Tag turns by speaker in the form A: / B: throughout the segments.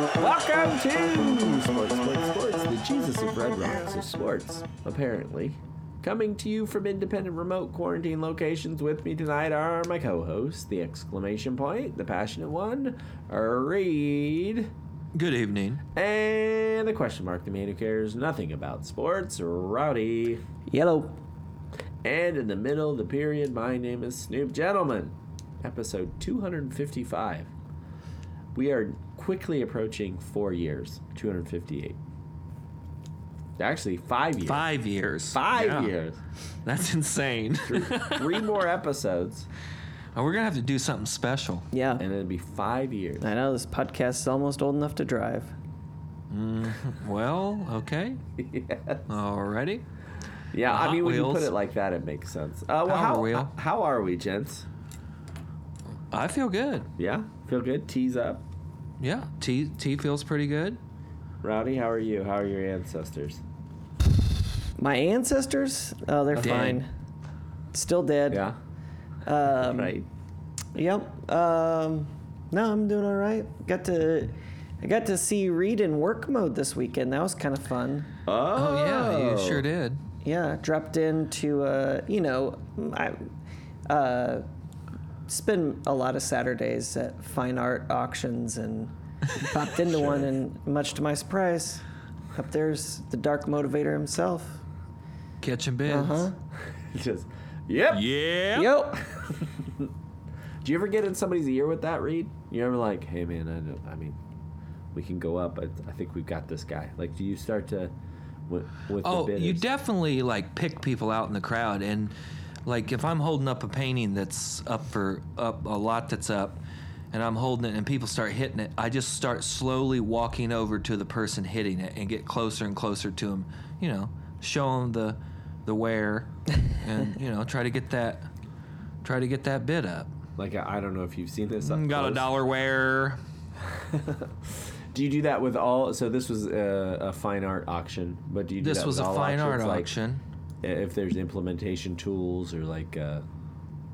A: Welcome to Sports, Sports, Sports, the Jesus of Red Rocks of Sports, apparently. Coming to you from independent remote quarantine locations with me tonight are my co hosts, the exclamation point, the passionate one, Reed,
B: Good evening.
A: and the question mark, the man who cares nothing about sports, Rowdy.
C: Yellow.
A: And in the middle of the period, my name is Snoop Gentleman. Episode 255. We are quickly approaching four years. 258. Actually, five years.
B: Five years.
A: Five
B: Yeah.
A: years.
B: That's insane.
A: Three more episodes,
B: Oh, We're gonna have to do something special.
C: Yeah.
A: and it'll be five years.
C: I know this podcast is almost old enough to drive.
B: Well, okay.
A: yeah.
B: Alrighty.
A: Yeah, I
B: Hot
A: mean, when you put
B: Wheels.
A: it like that, it makes sense. Uh, well,
B: Power
A: how,
B: wheel.
A: how are we, gents?
B: I feel good.
A: Yeah? Feel good? Tease up.
B: Yeah. T T feels pretty good.
A: Rowdy, how are you? How are your ancestors?
C: My ancestors, oh, they're
B: Dead.
C: fine. Still dead.
A: Yeah?
C: Um,
A: Right.
C: Yep. Um, no, I'm doing all right. Got to, I got to see Reed in work mode this weekend. That was kind of fun.
A: Oh,
B: Oh, yeah, you sure did.
C: Yeah, dropped into uh, you know, I uh, spend a lot of Saturdays at fine art auctions and popped into one, and much to my surprise, up there's the dark motivator himself.
B: Catching bids.
C: Uh
A: Uh-huh.
C: huh.
A: Oh. Just, yep.
B: Yeah.
C: Yo.
A: Do you ever get in somebody's ear with that, Reed? You ever like, hey man, I, don't, I mean, we can go up. I, I think we've got this guy. Like, do you start to with, with
B: Oh,
A: the bidders?
B: you definitely like pick people out in the crowd, and like if I'm holding up a painting that's up for up a lot that's up, and I'm holding it and people start hitting it, I just start slowly walking over to the person hitting it and get closer and closer to him. You know, show him the the where, and you know try to get that try to get that bid up.
A: like, I, I don't know if you've seen this. up
B: Mm, Got a
A: close.
B: dollar where.
A: Do you do that with all? So this was a, a fine art auction, but do you? Do
B: This
A: that
B: was
A: with
B: a
A: all
B: fine art
A: auctions? Like,
B: auction.
A: if there's implementation tools or like, uh,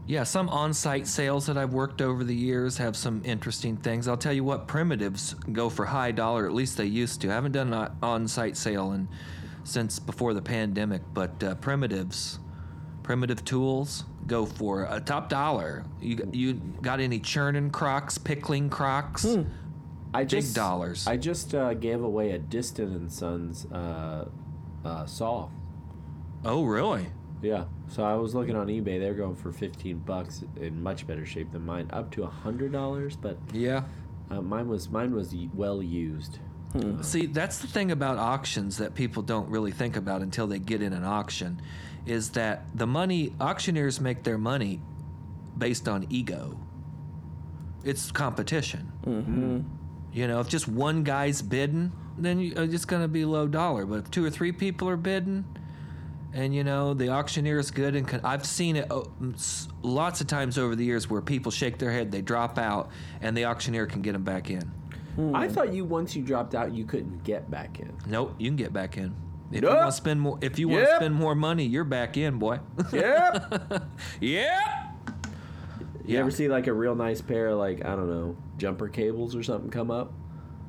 B: Yeah, some on site sales that I've worked over the years have some interesting things. I'll tell you what, primitives go for high dollar, at least they used to. I haven't done an on site sale in, since before the pandemic, but uh, primitives, primitive tools go for a top dollar. You, you got any churning crocs, pickling crocs?
A: I just
B: dollars.
A: I just uh, gave away a Distant and Sons uh, uh, saw.
B: Oh, really?
A: Yeah. So I was looking on eBay. They're going for 15 bucks in much better shape than mine, up to $100, but
B: Yeah.
A: uh, mine was mine was y- well used.
B: See, that's the thing about auctions that people don't really think about until they get in an auction is that the money auctioneers make their money based on ego. It's competition. Mm-hmm. You know, if just one guy's bidding, then you, uh, it's going to be low dollar. But if two or three people are bidding, and you know the auctioneer is good and con- i've seen it oh, m- s- lots of times over the years where people shake their head they drop out and the auctioneer can get them back in
A: I thought you once you dropped out, you couldn't get back in.
B: Nope, you can get back in. If
A: Nope.
B: you want to spend more, if you want
A: Yep.
B: to spend more money, you're back in, boy.
A: Yep.
B: yeah.
A: You ever see like a real nice pair of like I don't know jumper cables or something come up?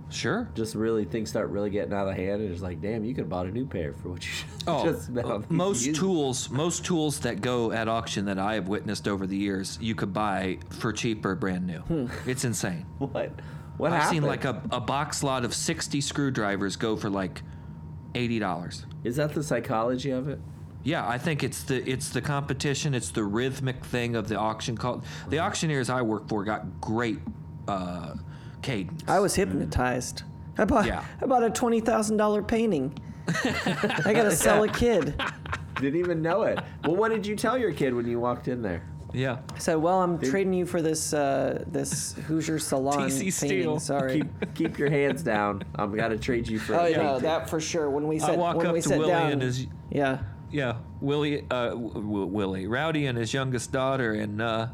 B: Sure.
A: Just really things start really getting out of hand, and it's like, damn, you could have bought a new pair for what you
B: Oh,
A: just spent
B: uh,
A: on these
B: most
A: used-
B: tools, most tools that go at auction that I have witnessed over the years, you could buy for cheaper, brand new. It's insane.
A: What? Hmm. What
B: I've
A: happened?
B: seen like a, a box lot of sixty screwdrivers go for like eighty dollars.
A: Is that the psychology of it?
B: Yeah, I think it's the it's the competition, it's the rhythmic thing of the auction call. The auctioneers I work for got great uh, cadence.
C: I was hypnotized. I bought
B: Yeah.
C: I bought a twenty thousand dollar painting. I gotta sell a kid.
A: Didn't even know it. Well, what did you tell your kid when you walked in there?
B: Yeah.
C: I said, well, I'm trading you for this uh, this Hoosier Salon
B: TC
C: painting.
B: Steel.
C: Sorry.
A: keep keep your hands down. I'm gotta trade you for.
C: Oh
A: a
C: yeah,
A: painting.
C: that for sure. When we sat,
B: walk
C: when
B: up
C: we
B: to
C: sat
B: Willie
C: down,
B: and his-
C: yeah,
B: Yeah. Willie, uh, w- w- Willie, Rowdy and his youngest daughter. And uh,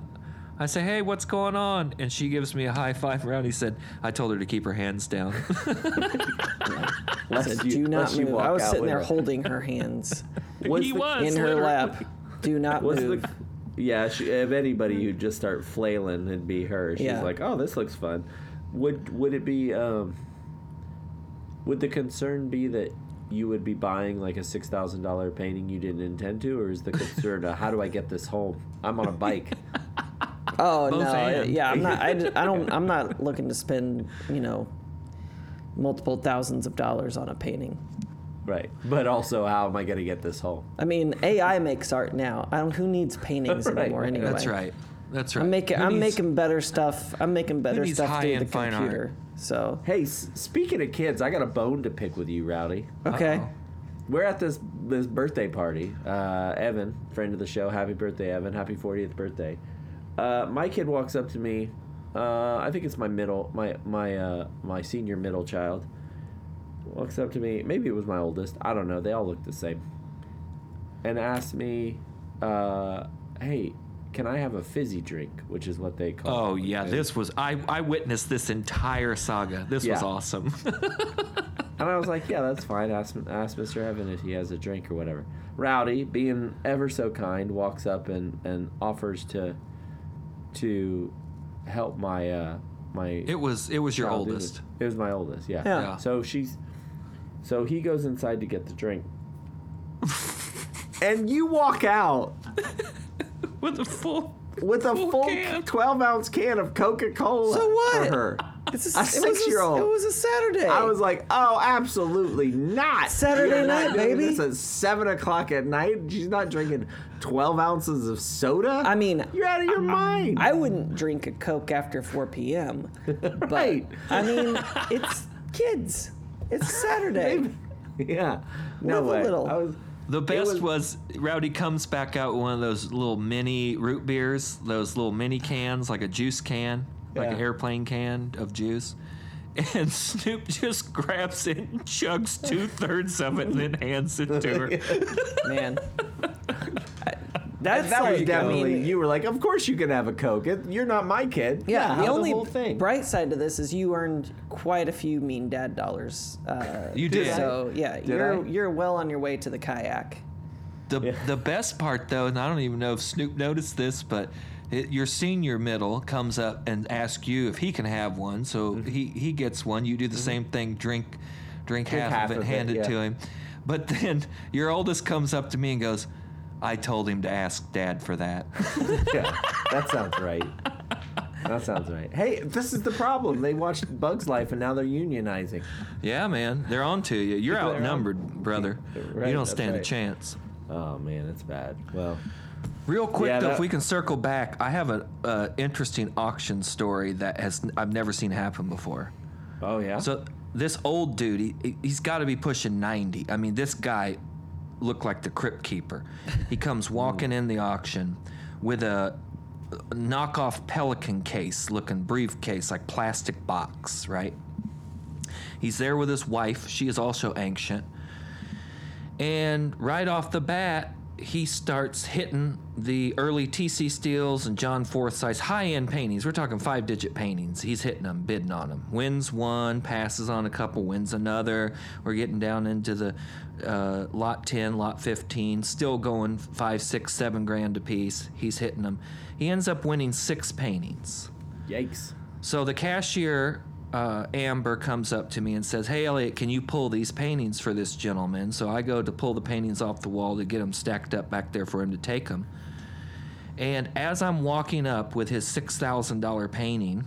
B: I say, hey, what's going on? And she gives me a high five. Rowdy said, I told her to keep her hands down.
A: Lest
C: said,
A: you-
C: do not
A: lest you
C: move.
A: walk
C: I was
A: out
C: sitting
A: with
C: there
A: a-
C: holding her hands
A: Was
B: he
A: the-
B: was.
C: in her
B: literally-
C: lap. Do not
A: was
C: move.
A: the yeah? She, if anybody who'd just start flailing and be her, she's
C: Yeah.
A: like, oh, this looks fun. Would would it be um, Would the concern be that you would be buying like a six thousand dollar painting you didn't intend to, or is the concern uh, how do I get this home? I'm on a bike.
C: Oh
B: Both
C: no,
B: and.
C: yeah, I'm not. I, d- I don't. I'm not looking to spend you know multiple thousands of dollars on a painting.
A: right. But also how am I gonna get this home?
C: I mean, AI makes art now. I don't. Who needs paintings
A: Right,
C: anymore
A: right.
C: anyway?
B: That's right. That's right.
C: I'm making.
B: Who
C: I'm
B: needs-
C: making better stuff. I'm making better
B: needs
C: stuff through the
B: high-end fine art?
C: computer. So
A: Hey, s- speaking of kids, I got a bone to pick with you, Rowdy.
C: okay,
B: Uh-oh.
A: We're at this this birthday party. Uh, Evan, friend of the show, happy birthday, Evan! Happy 40th birthday. Uh, my kid walks up to me. Uh, I think it's my middle, my my uh, my senior middle child. Walks up to me. Maybe it was my oldest. I don't know. They all look the same. And asks me, uh, "Hey, can I have a fizzy drink?" Which is what they call.
B: Oh yeah, this was I. I witnessed this entire saga. This
A: Yeah.
B: was awesome.
A: And I was like, yeah, that's fine. Ask, ask Mr. Evan if he has a drink or whatever. Rowdy, being ever so kind, walks up and, and offers to to help my uh, my.
B: it was. It was your
A: child do
B: oldest.
A: this. It was my oldest, yeah.
C: Yeah.
B: Yeah.
A: So she's, so he goes inside to get the drink, and you walk out
B: With a full.
A: with a
B: Full
A: full
B: can.
A: twelve ounce can of Coca Cola.
C: So what?
A: For her.
C: it's
A: A
C: it was s-
A: six-year-old.
C: It was a Saturday.
A: I was like, oh, absolutely not.
C: Saturday
A: You're not
C: night,
A: doing
C: baby.
A: This at seven o'clock at night. She's not drinking twelve ounces of soda.
C: I mean,
A: you're out of your mind.
C: I wouldn't drink a Coke after 4 p.m. But
A: Right.
C: I mean, it's kids. It's Saturday.
A: yeah, no
C: Live a
A: way.
C: little.
A: I was.
B: The best
A: was-
B: was, Rowdy comes back out with one of those little mini root beers, those little mini cans, like a juice can, like an
A: Yeah.
B: airplane can of juice. And Snoop just grabs it and chugs two thirds of it and then hands it to her.
C: Man. I- That's
A: That was
C: like,
A: definitely
C: I mean,
A: you were like, of course you can have a coke. It- You're not my kid.
C: yeah, the
A: how
C: only
A: whole thing.
C: bright side to this is you earned quite a few mean dad dollars. Uh,
B: You did.
C: So yeah, you're
A: I?
C: you're well on your way to the kayak.
B: The, the best part, though, and I don't even know if Snoop noticed this, but it, your senior middle comes up and asks you if he can have one. So
A: Mm-hmm.
B: he, he gets one. You do the same thing, drink, drink, half,
A: half
B: of it,
A: of it,
B: hand it, to
A: yeah.
B: him. But then your oldest comes up to me and goes, I told him to ask dad for that.
A: yeah, that sounds right. That sounds right. Hey, this is the problem. They watched Bugs Life and now they're unionizing.
B: yeah, man, they're on to you. You're
A: They're on-
B: outnumbered, brother.
A: Right,
B: you don't
A: that's
B: stand a
A: right.
B: chance.
A: Oh man, it's bad. Well,
B: Real quick
A: Yeah,
B: though, if
A: that-
B: we can circle back, I have an uh, interesting auction story that has I've never seen happen before.
A: oh yeah.
B: So this old dude, he, he's got to be pushing 90. I mean, this guy looked like the crypt keeper. He comes walking in the auction with a knockoff pelican case looking briefcase, like plastic box, right? He's there with his wife. She is also ancient. And right off the bat, he starts hitting the early TC Steels and John Forsythe's high end paintings. We're talking five digit paintings. He's hitting them, bidding on them. Wins one, passes on a couple, wins another. We're getting down into the uh, lot 10, lot 15, still going five, six, seven grand a piece. He's hitting them. He ends up winning six paintings.
A: Yikes.
B: So the cashier, uh, Amber, comes up to me and says, Hey, Elliot, can you pull these paintings for this gentleman? So I go to pull the paintings off the wall to get them stacked up back there for him to take them. And as I'm walking up with his $6,000 painting,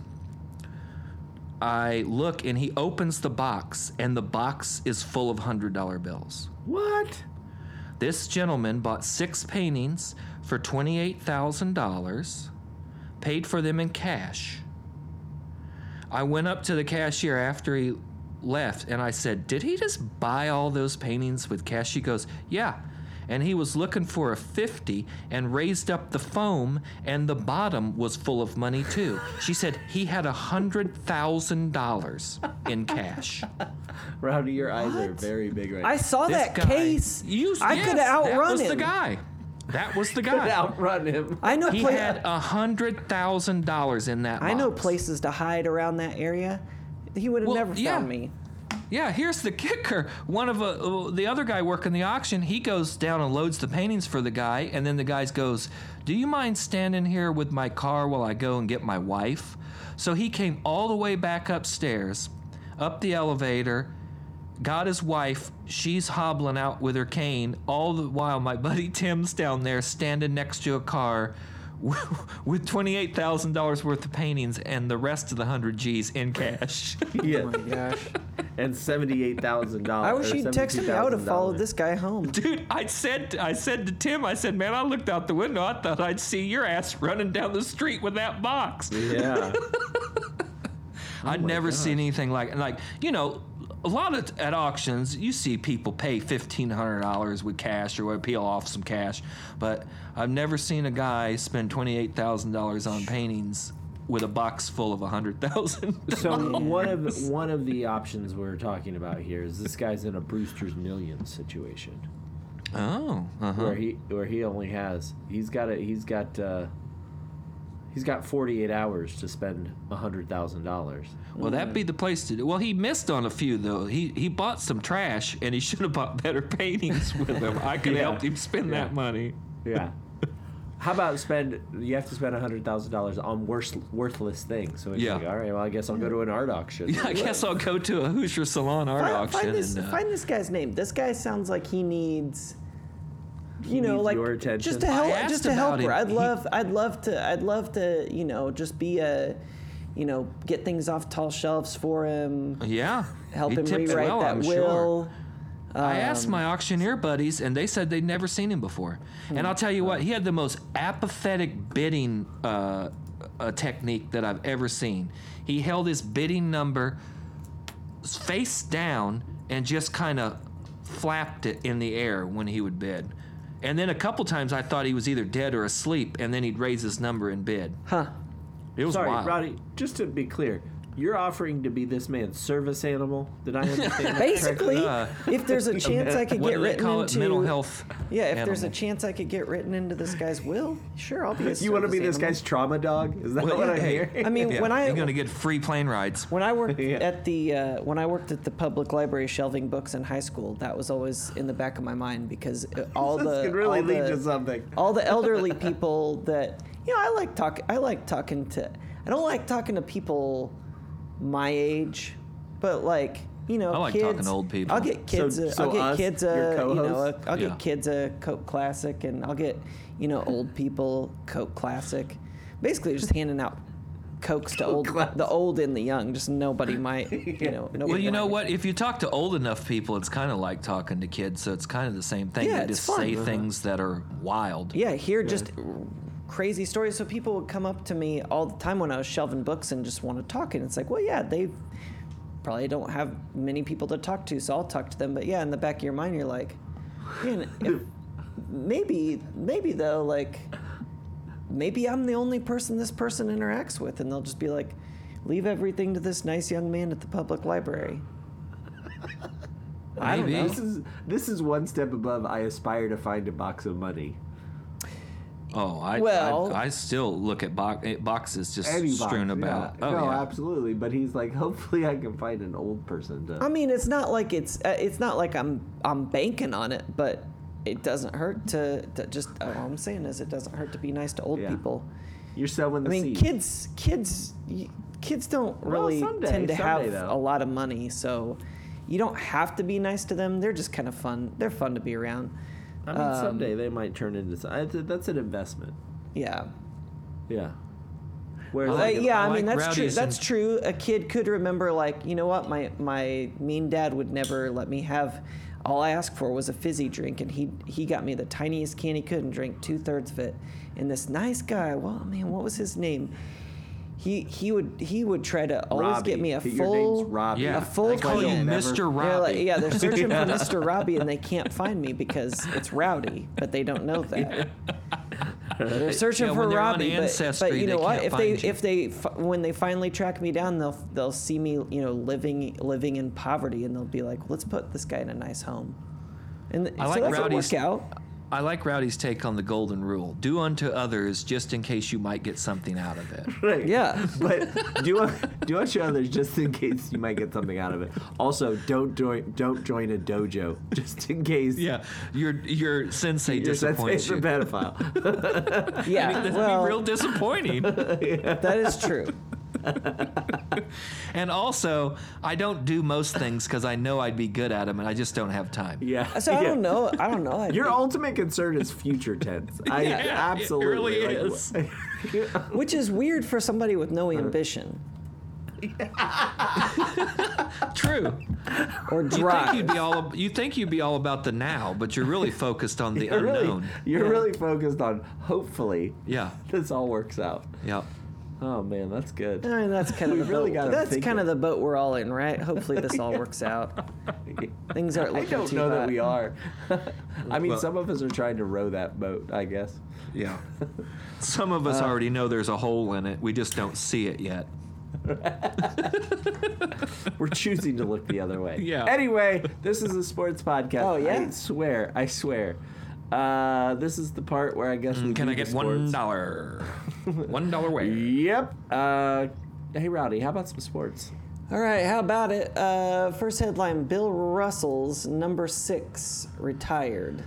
B: I look and he opens the box, and the box is full of $100 bills.
A: What?
B: This gentleman bought six paintings for $28,000, paid for them in cash. I went up to the cashier after he left and I said, Did he just buy all those paintings with cash? She goes, Yeah. And he was looking for a 50 and raised up the foam, and the bottom was full of money too. She said he had $100,000 in cash.
A: Rowdy, your eyes are very big right now.
C: I saw
B: This
C: that
B: guy-
C: case.
B: You,
C: I
B: yes,
C: could outrun
B: That was
C: him.
B: the guy. That was the
A: could
B: guy.
A: outrun him.
C: I know.
B: He
C: pla-
B: had a hundred thousand dollars in that.
C: I know
B: box.
C: places to hide around that area. He would have
B: Well,
C: never found
B: yeah.
C: me.
B: Yeah, here's the kicker. One of uh, the other guy working the auction, he goes down and loads the paintings for the guy, and then the guy goes, "Do you mind standing here with my car while I go and get my wife?" So he came all the way back upstairs, up the elevator, got his wife. She's hobbling out with her cane. All the while, my buddy Tim's down there standing next to a car with twenty-eight thousand dollars worth of paintings and the rest of the hundred G's in cash.
A: Yeah,
C: Oh my gosh.
A: and seventy-eight thousand dollars.
C: I wish he'd texted me. I would have followed this guy home.
B: Dude, I said I said to Tim, I said, man, I looked out the window. I thought I'd see your ass running down the street with that box.
A: Yeah,
B: I'd
A: Oh my
B: never
A: gosh.
B: seen anything like like you know. A lot of at auctions, you see people pay fifteen hundred dollars with cash or what, peel off some cash, but I've never seen a guy spend twenty eight thousand dollars on paintings with a box full of a hundred thousand.
A: so one of one of the options we're talking about here is this guy's in a Brewster's Million situation.
B: Oh, uh huh.
A: where he where he only has he's got a he's got uh he's got 48 hours to spend a hundred thousand dollars
B: Well, that'd be the place to do. Well, he missed on a few though. He he bought some trash, and he should have bought better paintings with them. I could
A: Yeah.
B: help him spend
A: Yeah.
B: that money.
A: yeah how about spend you have to spend a hundred thousand dollars on worse, worthless things so he's
B: Yeah.
A: like, all right well i guess i'll go to an art auction
B: I guess I'll go to a Hoosier Salon art
C: Find, find
B: auction.
C: this,
B: and, uh,
C: find this guy's name. This guy sounds like he needs, you know,
A: needs
C: like
A: your attention.
C: just to
A: I
C: help,
B: asked
C: just to
B: about
C: help
B: him.
C: her. I'd
B: He-
C: love, I'd love to, I'd love to, you know, just be a, you know, get things off tall shelves for him,
B: Yeah.
C: help
B: He
C: him
B: tips
C: rewrite
B: well,
C: that
B: I'm
C: will. Um,
B: sure. I asked my auctioneer buddies, and they said they'd never seen him before. And I'll tell you what, he had the most apathetic bidding uh, uh, technique that I've ever seen. He held his bidding number face down and just kind of flapped it in the air when he would bid. And then a couple times I thought he was either dead or asleep, and then he'd raise his number and bid.
C: Huh?
B: It was
A: sorry
B: wild.
A: roddy just to be clear you're offering to be this man's service animal did i understand that
C: Basically,
A: correctly?
B: Uh,
C: if there's a chance I could
B: what
C: get
B: do they
C: written
B: call
C: into
B: it? Mental health.
C: Yeah, if there's a
B: animal.
C: chance I could get written into this guy's will, sure, I'll be. A
A: you want to
C: service
A: be this
C: animal.
A: guy's trauma dog is that
B: Well,
A: what i'm
B: hey,
A: hearing
C: I mean,
B: Yeah,
C: when I
B: you're gonna get free plane rides.
C: When I worked
A: Yeah.
C: at the uh, when I worked at the public library shelving books in high school, that was always in the back of my mind because uh, all
A: this
C: the
A: could really
C: all
A: lead
C: the-
A: to something
C: all the elderly people that you know, I like talk. I like talking to. I don't like talking to people my age, but like you know,
B: I like
C: kids,
B: talking to old people.
C: I'll get kids.
A: So-
C: a,
A: so
C: I'll get
A: us,
C: kids.
A: your
C: A, you know,
A: co-host?
C: a, I'll
B: Yeah.
C: get kids a Coke Classic, and I'll get you know old people Coke Classic. Basically, just handing out. Cokes to old,
A: Classic.
C: the old and the young. Just nobody might, you know. Nobody
B: Well, you know
C: might.
B: what? If you talk to old enough people, it's kind of like talking to kids, so it's kind of the same thing.
C: Yeah,
B: they
C: it's
B: just
C: fun.
B: say
C: Uh-huh.
B: things that are wild.
C: Yeah, hear just crazy stories. So people would come up to me all the time when I was shelving books and just want to talk. And it's like, well, yeah, they probably don't have many people to talk to, so I'll talk to them. But yeah, in the back of your mind, you're like, man, if, maybe, maybe though, like, maybe I'm the only person this person interacts with, and they'll just be like, leave everything to this nice young man at the public library.
B: I don't Maybe.
A: This is this is one step above. I aspire to find a box of money.
B: Oh, I,
C: Well-
B: I I still look at bo- eh, boxes just
A: Any box,
B: strewn
A: yeah.
B: about. Oh,
A: no,
B: yeah.
A: absolutely. But he's like, hopefully, I can find an old person to.
C: I mean, it's not like it's uh, it's not like I'm I'm banking on it, but it doesn't hurt to, to just. uh, All I'm saying is, it doesn't hurt to be nice to old
A: Yeah.
C: people.
A: You're selling
C: I
A: the
C: mean,
A: seed.
C: kids, kids, y- kids don't really
A: someday-
C: tend to
A: someday,
C: have
A: though.
C: a lot of money, so you don't have to be nice to them. They're just kind of fun. They're fun to be around.
A: I mean, someday they might turn into. some- I th- That's an investment.
C: Yeah.
A: Yeah. Whereas,
B: I
C: Uh,
B: like it.
C: yeah,
B: I
C: I mean
B: like
C: that's true.
B: rowdies
C: That's
B: and-
C: true. A kid could remember, like, you know what, my my mean dad would never let me have. All I asked for was a fizzy drink, and he he got me the tiniest can he could and drank two thirds of it. And this nice guy, well, man, what was his name? He he would he would try to always get
A: Robbie.
C: me a
A: Your
C: full
A: name's Robbie.
B: Yeah.
C: a full
B: They call you
C: can.
A: Never-
B: Mr. Robbie.
C: They're like- yeah, they're searching for Mr. Robbie and they can't find me because it's Rowdy, but they don't know that. They're searching
B: Yeah,
C: for
B: when they're on
C: Robbie, but,
B: Ancestry,
C: but you
B: they
C: know
B: can't
C: what? If they
B: find you.
C: if they fi- when they finally track me down, they'll they'll see me you know living living in poverty and they'll be like, let's put this guy in a nice home. And th-
B: I
C: so
B: like
C: that's
B: Rowdy's-
C: a workout.
B: I like Rowdy's take on the golden rule: do unto others just in case you might get something out of it.
A: Right.
C: Yeah.
A: But do un- do unto others just in case you might get something out of it. Also, don't join don't join a dojo just in case.
B: yeah, your your sensei
A: Your
B: disappoints
A: sensei's a
B: you.
A: pedophile.
C: Yeah,
B: That'd be real
C: well,
B: disappointing.
C: that is true.
B: and also, I don't do most things because I know I'd be good at them, and I just don't have time.
A: Yeah.
C: So I
A: yeah.
C: don't know. I don't know. I
A: Your ultimate concern is future tense. I
B: Yeah, it
A: absolutely
B: really
A: like,
B: is.
C: which is weird for somebody with no
B: Uh,
C: ambition
B: True.
C: or
B: You think you'd
C: drive.
B: be all you think you'd be all about the now, but you're really focused on the
A: You're really,
B: unknown.
A: you're
C: Yeah.
A: really focused on hopefully
B: Yeah.
A: this all works out.
B: Yeah.
A: Oh man, that's good.
C: I mean, Eh, that's kind of
A: We
C: the
A: really
C: boat.
A: gotta
C: That's
A: think
C: kind of
A: it.
C: the boat we're all in, right? Hopefully, this all works out. Things aren't
A: I
C: looking
A: don't
C: too
A: know
C: hot.
A: that we are. I mean,
B: Well-
A: some of us are trying to row that boat, I guess.
B: Yeah. Some of
A: Uh,
B: us already know there's a hole in it. We just don't see it yet.
A: We're choosing to look the other way.
B: Yeah.
A: Anyway, this is a sports podcast.
C: Oh, yeah?
A: I swear. I swear. Uh, this is the part where I guess we
B: Mm, Can
A: do
B: I
A: the
B: get one
A: sports.
B: dollar? One dollar way.
A: Yep. Uh, hey, Rowdy, how about some sports?
C: All right, how about it? Uh, first headline Bill Russell's number six retired.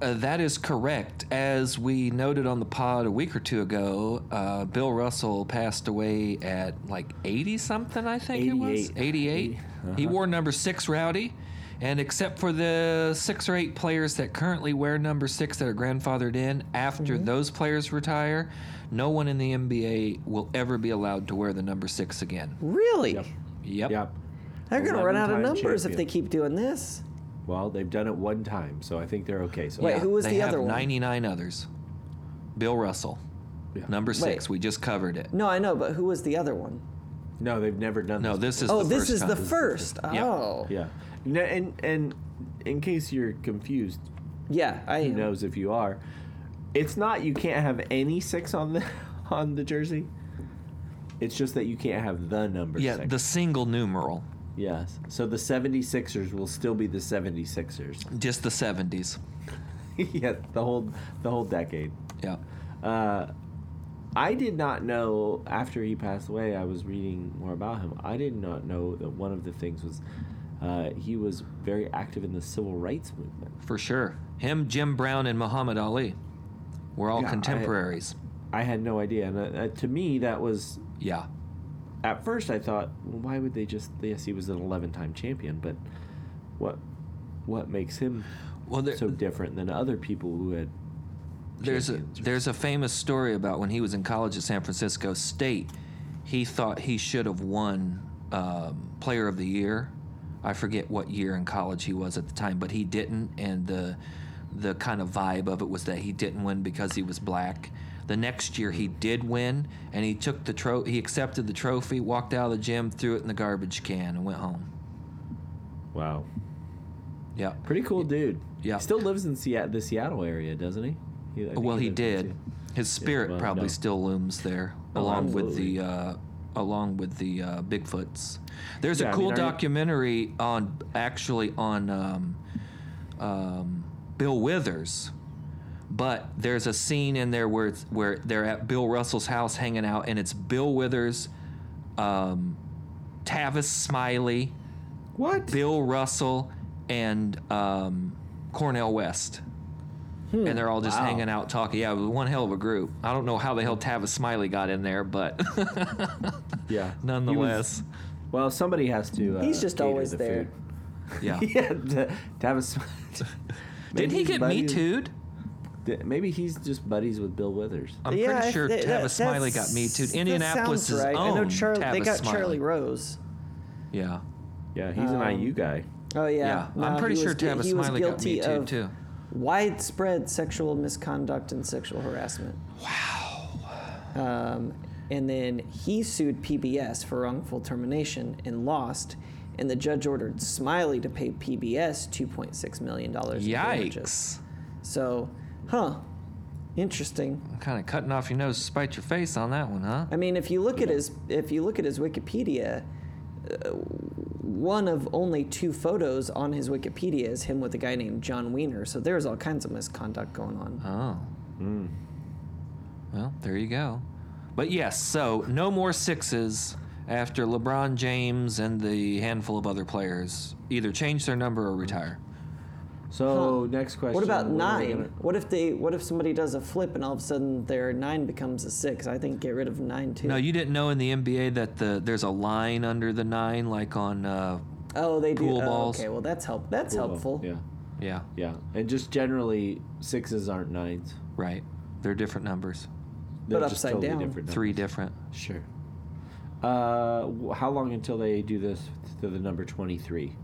B: Uh, that is correct. As we noted on the pod a week or two ago, uh, Bill Russell passed away at like 80 something, I think it was.
A: 88.
B: 88. He wore number six rowdy. And except for the six or eight players that currently wear number six that are grandfathered in, after those players retire, no one in the NBA will ever be allowed to wear the number six again.
C: Really?
A: Yep.
B: Yep.
A: Yep.
C: They're going to run out of
A: 11-time
C: numbers if
A: champion.
C: they keep doing this.
A: Well, they've done it one time, so I think they're okay. So
C: Wait, who was
B: they
C: the
B: have
C: other one?
B: 99 others. Bill Russell,
A: Yeah.
B: number six.
C: Wait.
B: We just covered it.
C: No, I know, but who was the other one?
A: No, they've never done
B: No, this is the
C: oh, this
B: first
C: is
B: time.
C: the first.
B: Yeah.
C: Oh.
A: Yeah. No, and and in case you're confused,
C: Yeah, I
A: who knows if you are? It's not you can't have any six on the on the jersey. It's just that you can't have the number
B: Yeah,
A: six.
B: the single numeral,
A: yes. So the 76ers will still be the 76ers.
B: just the 70s.
A: yeah, the whole the whole decade.
B: Yeah.
A: Uh, I did not know after he passed away. I was reading more about him. I did not know that one of the things was uh, he was very active in the civil rights movement.
B: For sure. Him, Jim Brown, and Muhammad Ali were all
A: Yeah, I-
B: contemporaries.
A: I had no idea, and uh, uh, to me that was
B: yeah.
A: at first I thought, well, why would they just? Yes, he was an eleven-time champion, but what what makes him
B: Well, there,
A: so different than other people who had?
B: there's a
A: champions?
B: there's a famous story about when he was in college at San Francisco State. He thought he should have won um, Player of the Year. I forget what year in college he was at the time, but he didn't. And the the kind of vibe of it was that he didn't win because he was black. The next year he did win, and he took the tro- he accepted the trophy, walked out of the gym, threw it in the garbage can, and went home.
A: wow,
B: Yeah.
A: pretty cool dude.
B: Yeah.
A: He still lives in Seattle, the Seattle area, doesn't he? I think
B: Well, he
A: lives in
B: did.
A: Se-
B: His spirit
A: well,
B: probably
A: no.
B: still looms there,
A: Oh,
B: along with
A: absolutely.
B: the uh, along with the uh, Bigfoots. There's
A: Yeah,
B: a
A: I
B: cool
A: mean, are you-
B: documentary on actually on um, um, Bill Withers, but there's a scene in there where it's, where they're at Bill Russell's house hanging out, and it's Bill Withers, um, Tavis Smiley,
A: What?
B: Bill Russell, and um, Cornell West. And they're all just
C: Hmm,
A: Wow.
B: hanging out talking. Yeah, it was one hell of a group. I don't know how the hell Tavis Smiley got in there, but
A: Yeah.
B: nonetheless,
A: He was- well, somebody has to. Uh,
C: He's just
A: cater
C: always
A: the
C: there.
B: yeah.
A: Food. yeah. To, to have a sm-
B: Did
A: Maybe
B: he
A: he's
B: get me
A: buddies-
B: too'd?
A: d- Maybe he's just buddies with Bill Withers.
B: I'm
C: Yeah,
B: pretty
C: I-
B: sure
C: th- that-
B: Tavis Smiley got
C: that's-
B: me too'd.
C: that
B: Indianapolis'
C: sounds right.
B: own
C: I know Char- they
B: Tavis
C: got
B: Smiley.
C: Charlie Rose.
B: Yeah,
A: Yeah, he's
C: Um,
A: an IU guy.
C: Oh yeah.
B: yeah.
C: No,
B: I'm pretty
C: he
B: sure
C: was gui-
B: Tavis
C: he was
B: Smiley got me
C: guilty
B: too'd
C: of
B: too.
C: Widespread sexual misconduct and sexual harassment. Wow. Um, and then he sued PBS for wrongful termination and lost. And the judge ordered Smiley to pay PBS two point six million dollars.
B: Yikes!
C: So, huh? Interesting.
B: I'm kind of cutting off your nose to spite your face on that one, huh?
C: I mean, if you look at his if you look at his Wikipedia, uh, one of only two photos on his Wikipedia is him with a guy named John Wiener. So there's all kinds of misconduct going on.
B: Oh.
A: Hmm.
B: Well, there you go. But yes, so no more sixes after LeBron James and the handful of other players either change their number or retire.
A: So Oh, next question.
C: What about
A: what are we
C: 9
A: gonna-
C: What if they? What if somebody does a flip and all of a sudden their nine becomes a six? I think get rid of nine too.
B: No, you didn't know in the NBA that the there's a line under the nine, like on. Uh,
C: oh, they do.
B: Pool
C: oh,
B: balls.
C: Okay, well that's help. That's
A: Cool.
C: helpful.
A: Yeah,
B: yeah,
A: yeah, and just generally sixes aren't nines.
B: right. They're different numbers.
A: They're
C: But
A: just
C: upside
A: totally
C: down.
A: different numbers.
B: Three different.
A: Sure. Uh, wh- how long until they do this to the number twenty-three?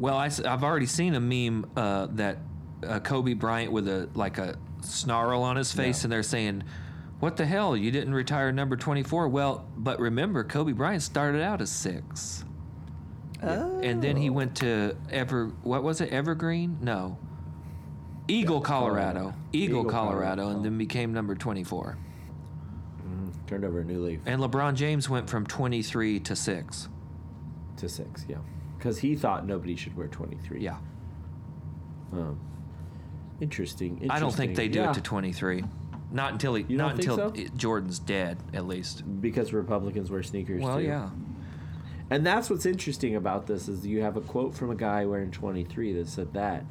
B: Well, I, have already seen a meme uh, that uh, Kobe Bryant with a like a snarl on his face,
A: Yeah.
B: and they're saying, "What the hell? You didn't retire number 24." Well, but remember, Kobe Bryant started out as six, and then he
C: Oh.
B: went to ever what was it? Evergreen? No, Eagle, Colorado.
A: Colorado.
B: Eagle,
A: Eagle,
B: Colorado,
A: Colorado. oh.
B: and then became number 24.
C: Mm-hmm.
A: Turned over a new leaf
B: And LeBron James went from 23 to six.
A: to six. Yeah, because he thought nobody should wear twenty-three.
B: Yeah,
A: Um, interesting, interesting.
B: I don't think they do
A: Yeah.
B: it to 23. Not until he,
A: You don't
B: not
A: think
B: until
A: so?
B: it- Jordan's dead, at least.
A: because Republicans wear sneakers.
B: Well,
A: too.
B: yeah.
A: And that's what's interesting about this is you have a quote from a guy wearing 23 that said that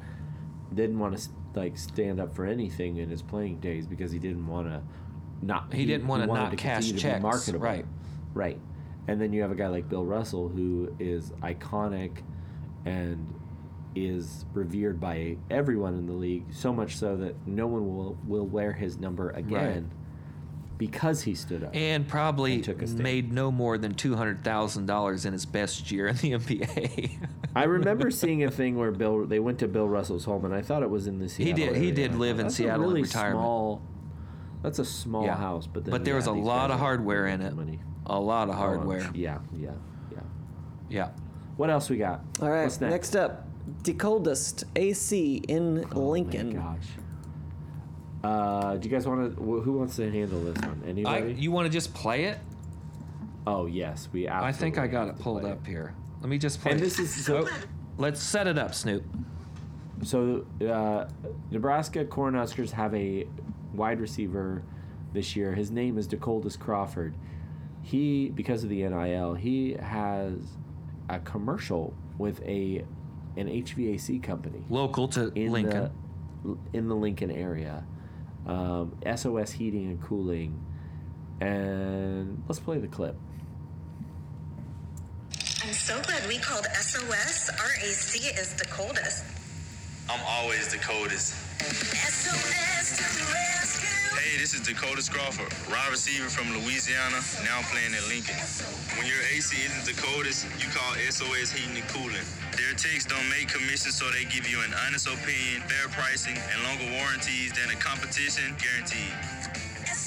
A: didn't want to like stand up for anything in his playing days because he didn't want to not
B: He didn't wanna
A: wanted
B: not cash
A: continue to be
B: checks,
A: marketable.
B: right.
A: right and then you have a guy like Bill Russell who is iconic and is revered by everyone in the league so much so that no one will will wear his number again because he stood up
B: And probably
A: And took a stand.
B: made no more than $200,000 in his best year in the NBA.
A: I remember seeing a thing where Bill they went to Bill Russell's home, and I thought it was in the Seattle.
B: did- he
A: area.
B: did
A: I
B: live
A: thought,
B: in
A: "That's a
B: Seattle in
A: really
B: retirement."
A: Small, that's a small
B: Yeah.
A: house, but then
B: But there
A: yeah,
B: was a
A: these
B: lot
A: guys
B: of
A: are
B: hardware in
A: making
B: it.
A: money.
B: A lot of
A: Oh, I'm-
B: hardware.
A: yeah, yeah, yeah.
B: Yeah.
A: What else we got?
C: All right.
A: What's
C: Next up, decoldest AC in
A: Oh, my
C: Lincoln.
A: gosh. Uh, do you guys want to? Who wants to handle this one?
B: I,
A: Anybody?
B: you want to just play it?
A: oh yes, we. Absolutely
B: I think I got
A: have
B: it
A: to
B: pulled
A: play
B: up here. Let me just play
A: And
B: it. Oh,
A: this is so.
B: Let's set it up, Snoop.
A: So, uh, Nebraska Cornhuskers have a wide receiver this year. His name is DeColdis Crawford. He, because of the NIL, he has a commercial with a an HVAC company
B: Local to Lincoln.
A: the in the Lincoln area. Um, SOS Heating and Cooling, and let's play the clip.
D: I'm so glad we called SOS. Our AC is the coldest.
E: I'm always Dakota's.
D: SOS to the rescue.
E: Hey, this is Dakota Crawford, wide receiver from Louisiana, now playing in Lincoln. When your AC isn't Dakota's, you call SOS Heating and Cooling. Their techs don't make commissions, so they give you an honest opinion, fair pricing, and longer warranties than the competition guaranteed.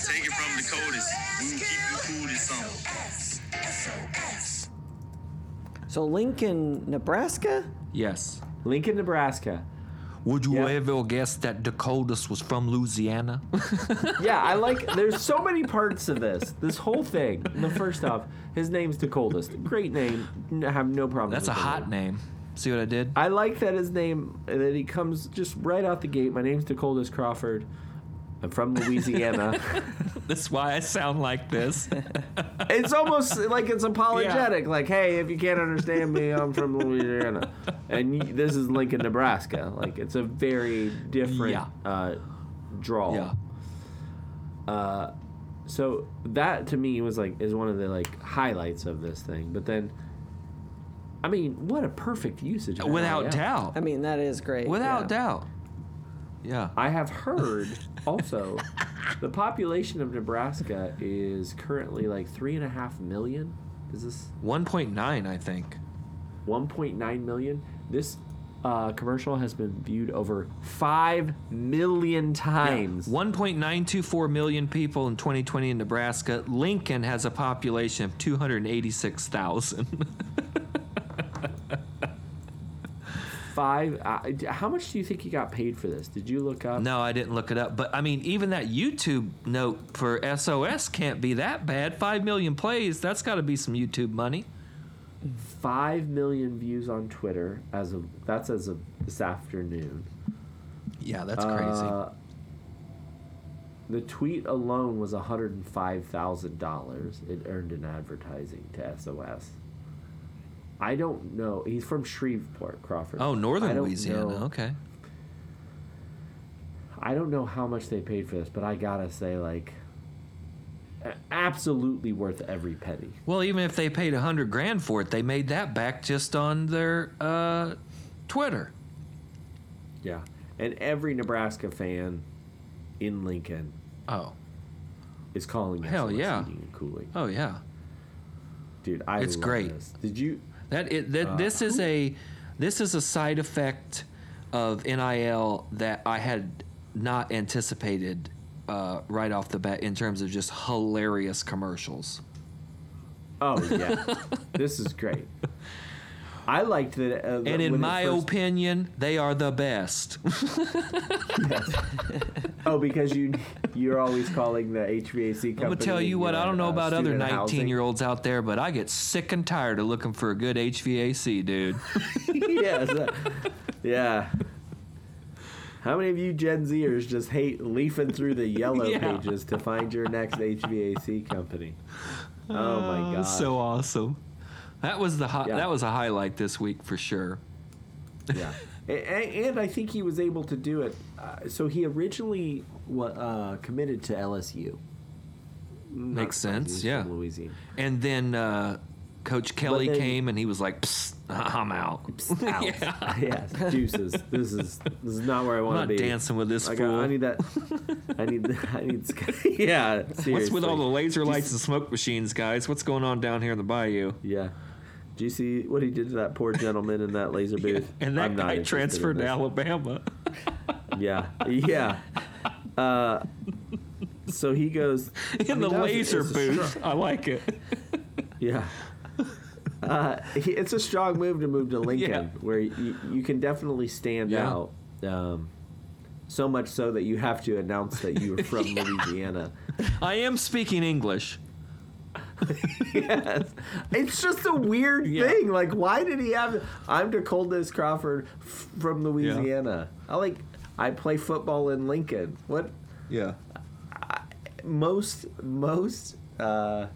E: Take it from Dakota's. We will keep you cool this summer.
D: SOS.
C: So Lincoln, Nebraska.
B: Yes.
A: Lincoln, Nebraska.
B: Would you
A: Yeah.
B: ever guess that Dakotas was from Louisiana?
A: Yeah, I like. There's so many parts of this. This whole thing. The first off, his name's the coldest. Great name. N- have no problem.
B: That's a
A: with the
B: hot name. See what I did?
A: I like that his name that he comes just right out the gate. My name's DeColdis Crawford. I'm from Louisiana.
B: That's why I sound like this.
A: it's almost like it's apologetic. Like, hey, if you can't understand me, I'm from Louisiana, and y- this is Lincoln, Nebraska. Like, it's a very different
B: Yeah.
A: uh, draw.
B: yeah.
A: So that to me was like is one of the like highlights of this thing. But then, I mean, what a perfect usage of
B: Without
A: NIL.
B: doubt.
C: I mean, that is great.
B: Without
C: yeah.
B: doubt. Yeah.
A: I have heard also the population of Nebraska is currently like three and a half million. Is this
B: 1.9, I think.
A: 1.9 million? This uh, commercial has been viewed over five million times.
B: 1.924 million people in 2020 in Nebraska. Lincoln has a population of 286,000.
A: Five. Uh, how much do you think he got paid for this? Did you look up?
B: no, I didn't look it up. But I mean, even that YouTube note for SOS can't be that bad. 5 million plays, that's got to be some YouTube money.
A: Five million views on Twitter as of that's as of this afternoon.
B: Yeah, that's crazy.
A: Uh, the tweet alone was $105,000 it earned in advertising to SOS. I don't know. He's from Shreveport, Crawford.
B: oh,
A: I
B: northern
A: don't
B: Louisiana.
A: know-
B: Okay.
A: I don't know how much they paid for this, but I gotta say, like, a- absolutely worth every penny.
B: Well, even if they paid a hundred grand for it, they made that back just on their uh, Twitter.
A: Yeah. And every Nebraska fan in Lincoln
B: Oh,
A: is calling it
B: Hell
A: SOS
B: yeah.
A: heating and cooling.
B: oh yeah.
A: Dude, I
B: It's
A: love
B: great.
A: this. Did you?
B: That it, that
A: Uh,
B: this is a this is a side effect of NIL that I had not anticipated uh, right off the bat in terms of just hilarious commercials.
A: Oh yeah, this is great. I liked that. Uh,
B: And in my opinion, they are the best.
A: oh, because you you're always calling the HVAC company. uh,
B: I'm gonna tell you what, I
A: "Oh,
B: don't know about other 19 year
A: olds.
B: olds out there, but I get sick and tired of looking for a good HVAC dude.
A: yes, uh, yeah. How many of you Gen Zers just hate leafing through the yellow
B: Yeah.
A: pages to find your next HVAC company? Oh my god!
B: Uh, so awesome. That was the hi-
A: Yeah.
B: that was a highlight this week for sure.
A: yeah, A- a- and I think he was able to do it. Uh, so he originally wa- uh, committed to LSU. Not
B: Makes
A: surprising,
B: sense,
A: he's
B: yeah.
A: from Louisiana.
B: And then uh, Coach Kelly
A: then-
B: came and he was like, Psst, "I'm out.
A: out.
B: Yeah.
A: yes, juices. This is this is not where I
B: I'm
A: want to
B: not
A: be.
B: dancing with this
A: I,
B: fool."
A: got, I need that. I need. I need. Sky. yeah. Seriously.
B: What's with all the laser lights and smoke machines, guys? What's going on down here in the bayou?
A: Yeah. Do you see what he did to that poor gentleman in that laser booth?
B: And that
A: I'm not
B: guy
A: interested
B: transferred
A: in
B: to
A: this.
B: Alabama.
A: Yeah. Yeah. Uh, so he goes
B: In
A: I mean,
B: the
A: that was-
B: laser
A: it's a
B: booth. I like it.
A: Yeah. Uh, he- it's a strong move to move to Lincoln,
B: Yeah.
A: where you, you can definitely stand
B: Yeah.
A: out. Um, so much so that you have to announce that you are from Louisiana.
B: I am speaking English.
A: yes. It's just a weird
B: Yeah.
A: thing. Like, why did he have? I'm DeColdis Crawford f- from Louisiana. I like. I play football in Lincoln. What
B: Yeah.
A: most most uh,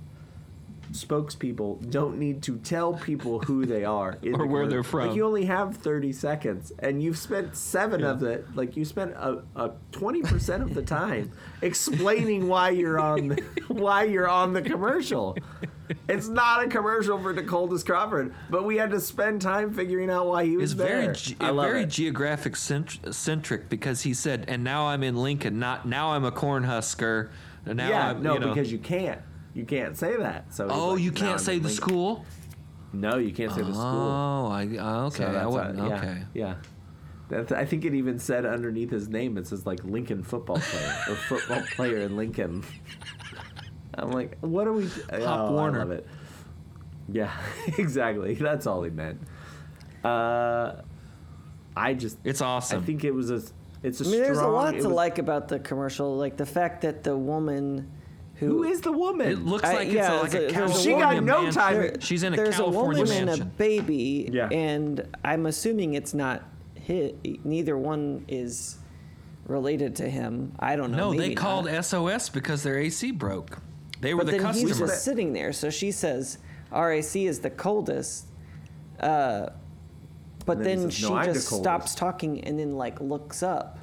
A: spokespeople don't need to tell people who they are in
B: Or
A: the
B: where they're
A: commercial.
B: from.
A: Like you only have thirty seconds, and you've spent seven of the like you spent a twenty percent of the time explaining why you're on the, why you're on the commercial. It's not a commercial for DeColdis Crawford, but we had to spend time figuring out why he was
B: It's
A: there.
B: very ge-
A: I love
B: very
A: it.
B: geographic centr- centric because he said, "And now I'm in Lincoln. Not now I'm a Cornhusker. and Now
A: yeah,
B: I'm,
A: no,
B: uh, you know,
A: because you can't. You can't say that. So he's
B: oh,
A: like,
B: you
A: "No,
B: can't
A: I'm
B: say
A: in
B: the
A: Lincoln."
B: school.
A: No, you can't say the school.
B: Oh, I uh, okay.
A: So
B: I
A: that's
B: wasn't,
A: a- yeah,
B: okay.
A: Yeah. That's, I think it even said underneath his name, it says like Lincoln football player or football player in Lincoln. I'm like, what are we? oh, I
B: Warner.
A: love it. Yeah, exactly. That's all he meant. Uh, I just,
B: It's
A: I
B: awesome.
A: think it was a, it's a
C: I mean, there's a
A: strong-
C: lot
A: it
C: to
A: was-
C: like about the commercial, like the fact that the woman who,
A: Who is the woman?
B: it looks
C: I-
B: like
C: yeah,
B: it's a, like a
C: there's a- there's a
B: California
C: She got
A: no
B: man-
A: time.
C: there-
B: She's in a
C: there's
B: California
C: a woman
B: mansion.
C: and a baby,
A: Yeah.
C: and I'm assuming it's not his, neither one is related to him. I don't know.
B: no, they
C: maybe
B: called
C: not.
B: SOS because their AC broke. They were
C: But
B: the
C: then
B: customer.
C: he's just sitting there. So she says, "RAC is the coldest." Uh, but
A: And then
C: then,
A: he says,
C: she
A: "No, I'm the
C: just
A: coldest."
C: stops talking and then like looks up,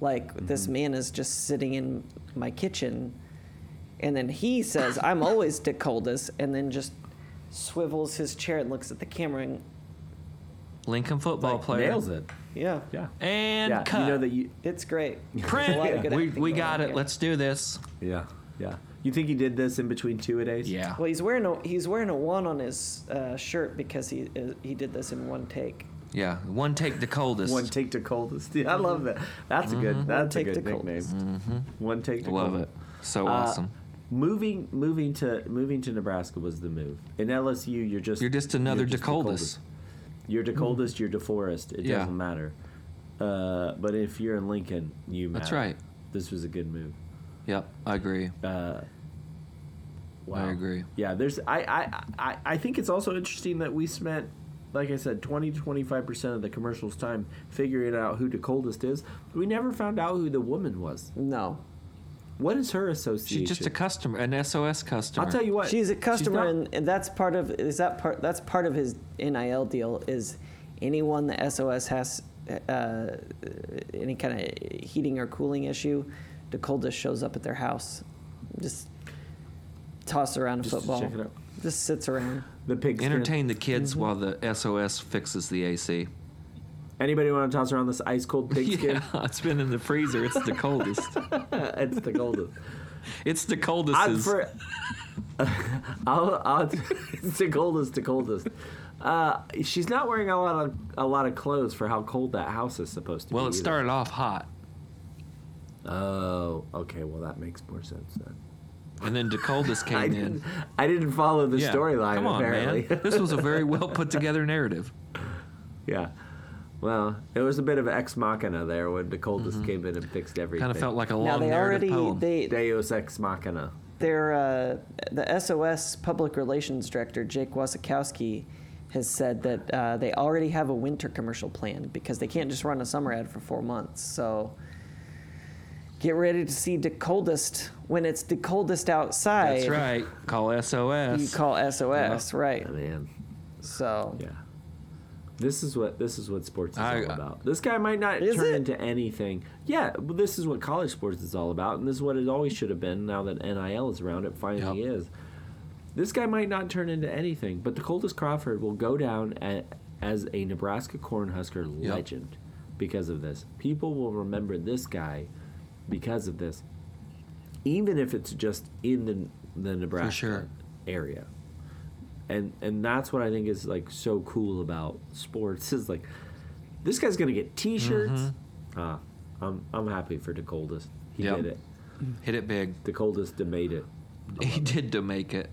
C: like this
A: Mm-hmm.
C: man is just sitting in my kitchen, and then he says, "I'm always the coldest," and then just swivels his chair and looks at the camera and
B: Lincoln football player.
A: nails it.
C: yeah,
A: Yeah.
B: And
A: yeah.
B: cut.
A: You know that you.
C: it's great. There's a lot of
B: Print.
C: good
B: We,
C: acting
B: we
C: going
B: got
C: on
B: it.
C: here.
B: Let's do this.
A: Yeah. Yeah. You think he did this in between two a days?
B: Yeah.
C: Well, he's wearing a he's wearing a one on his uh, shirt because he uh, he did this in one take.
B: Yeah. One take the coldest.
A: One take to coldest. Yeah, I love that. That's a
B: Mm-hmm.
A: good. That's a
C: take
A: good
C: to
A: nickname. One take to
B: Love it.
A: coldest.
B: So
A: Uh,
B: awesome.
A: Moving, moving to moving to Nebraska was the move. In LSU, you're just
B: You're just another
A: just
B: DeColdis.
A: DeColdis. You're DeColdis. You're DeForest. It
B: Yeah.
A: doesn't matter. Uh, but if you're in Lincoln, you matter.
B: That's right.
A: This was a good move.
B: Yep. I agree.
A: Uh, Wow.
B: agree.
A: Yeah, there's. I, I, I, I think it's also interesting that we spent, like I said, 20 25 percent of the commercial's time figuring out who DeColdest is. We never found out who the woman was.
C: No,
A: What is her association?
B: She's just a customer, an SOS customer.
A: I'll tell you what.
C: She's a customer,
A: not-
C: and, and that's part of is that part that's part of his NIL deal is anyone the SOS has uh, any kind of heating or cooling issue, the coldest shows up at their house. Just toss around a
A: Just to
C: football.
A: check it out.
C: Just sits around.
A: The pigs. can-
B: Entertain the kids while the SOS fixes the AC.
A: Anybody want to toss around this ice cold pigskin?
B: Yeah, it's been in the freezer. It's the coldest.
A: it's the golden.
B: It's the coldest.
A: I'm
B: is-
A: for. I'll, I'll, it's the coldest, the coldest. Uh, she's not wearing a lot of a lot of clothes for how cold that house is supposed to
B: well,
A: be.
B: it
A: either.
B: started off hot,
A: Oh, okay. Well, that makes more sense then.
B: and then the coldest
A: I
B: came
A: didn't,
B: in.
A: I didn't follow the
B: Yeah,
A: storyline
B: Come on,
A: apparently.
B: man. This was a very well put together narrative.
A: yeah. Well, it was a bit of ex machina there when the coldest came in and fixed everything.
B: Kind of Mm-hmm. felt like a
C: Now
B: long
C: they
B: narrative
C: already
B: poem.
C: they
A: Deus ex machina.
C: Their uh, the SOS public relations director Jake Wasikowski has said that uh, they already have a winter commercial planned because they can't just run a summer ad for four months. So get ready to see the coldest when it's the coldest outside.
B: That's right. Call SOS.
C: You call SOS, right?
A: Man,
C: So
A: yeah. This is what this is what sports is
B: I- uh,
A: all about. This guy might not
C: Is
A: turn
C: it?
A: into anything. Yeah, but this is what college sports is all about, and this is what it always should have been. Now that NIL is around, it finally
B: Yep.
A: is. This guy might not turn into anything, but the Coldest Crawford will go down a as a Nebraska Cornhusker
B: Yep.
A: legend because of this. People will remember this guy because of this, even if it's just in the, the Nebraska
B: sure.
A: area. And and that's what I think is like so cool about sports is like this guy's gonna get T-shirts.
C: Mm-hmm.
A: Ah, I'm I'm happy for the Coldest. He
B: Yep.
A: did it.
B: Hit it big.
A: The Coldest made it.
B: He did to make it.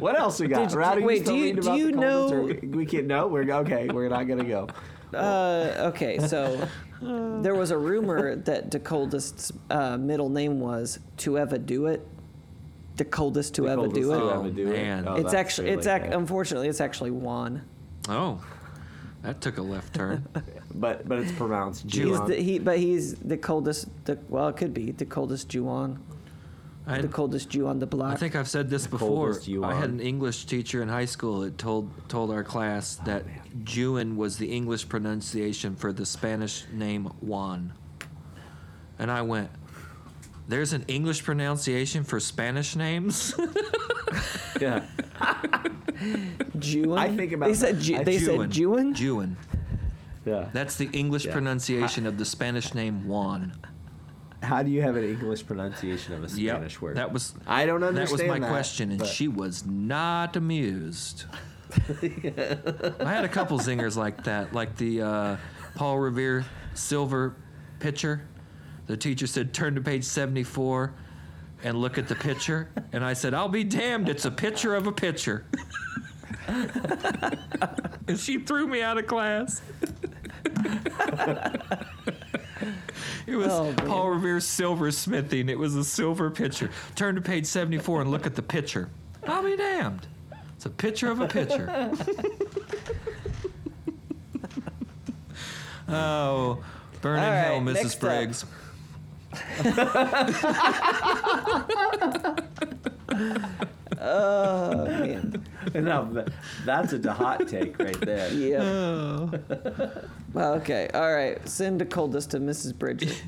A: What else we got?
C: Did you-
A: Rowdy,
C: wait,
A: still
C: do you-
A: reading
C: do
A: about the
C: you
A: Colts, or
C: know-
A: we- We can't. No, we're okay. We're not gonna go.
C: uh, okay, so. There was a rumor that the coldest's uh, middle name was to ever do it. The coldest to ever do it.
B: to ever do it. Oh,
C: it's actually it's ac- um, unfortunately it's actually Juan.
B: Oh, that took a left turn.
A: but but it's pronounced
C: He's
A: Juwan.
C: the, he but he's the coldest the well it could be the coldest Jew on
B: I,
C: the coldest Jew on the block.
B: I think I've said this before.
A: coldest you
B: I
A: are.
B: had an English teacher in high school that told told our class
A: Oh,
B: that Jewin was the English pronunciation for the Spanish name Juan. And I went, "There's an English pronunciation for Spanish names."
A: yeah.
C: Jewin.
A: I think about
C: they said
A: that.
C: Ju-
A: I-
C: they said Jewin.
B: Jewin.
A: Yeah.
B: That's the English
A: Yeah.
B: pronunciation of the Spanish name Juan.
A: How do you have an English pronunciation of a
B: Yep,
A: Spanish word?
B: That was
A: I don't understand.
B: That was my
A: that,
B: question, and
A: but-
B: she was not amused. I had a couple zingers like that, like the uh, Paul Revere silver pitcher. The teacher said, "Turn to page seventy-four and look at the picture," and I said, "I'll be damned! It's a picture of a picture." and she threw me out of class. It was
C: Oh, man.
B: Paul Revere silversmithing. It was a silver pitcher. Turn to page 74 and look at the picture. I'll be damned. It's a picture of a picture. oh, burn in
C: All
B: hell,
C: right, next
B: Mrs.
C: up.
B: Briggs.
C: Oh man.
A: No, but that's a hot take right there.
C: Yeah.
A: Oh.
C: well, okay. All right. Send the coldest to Mrs. Bridget.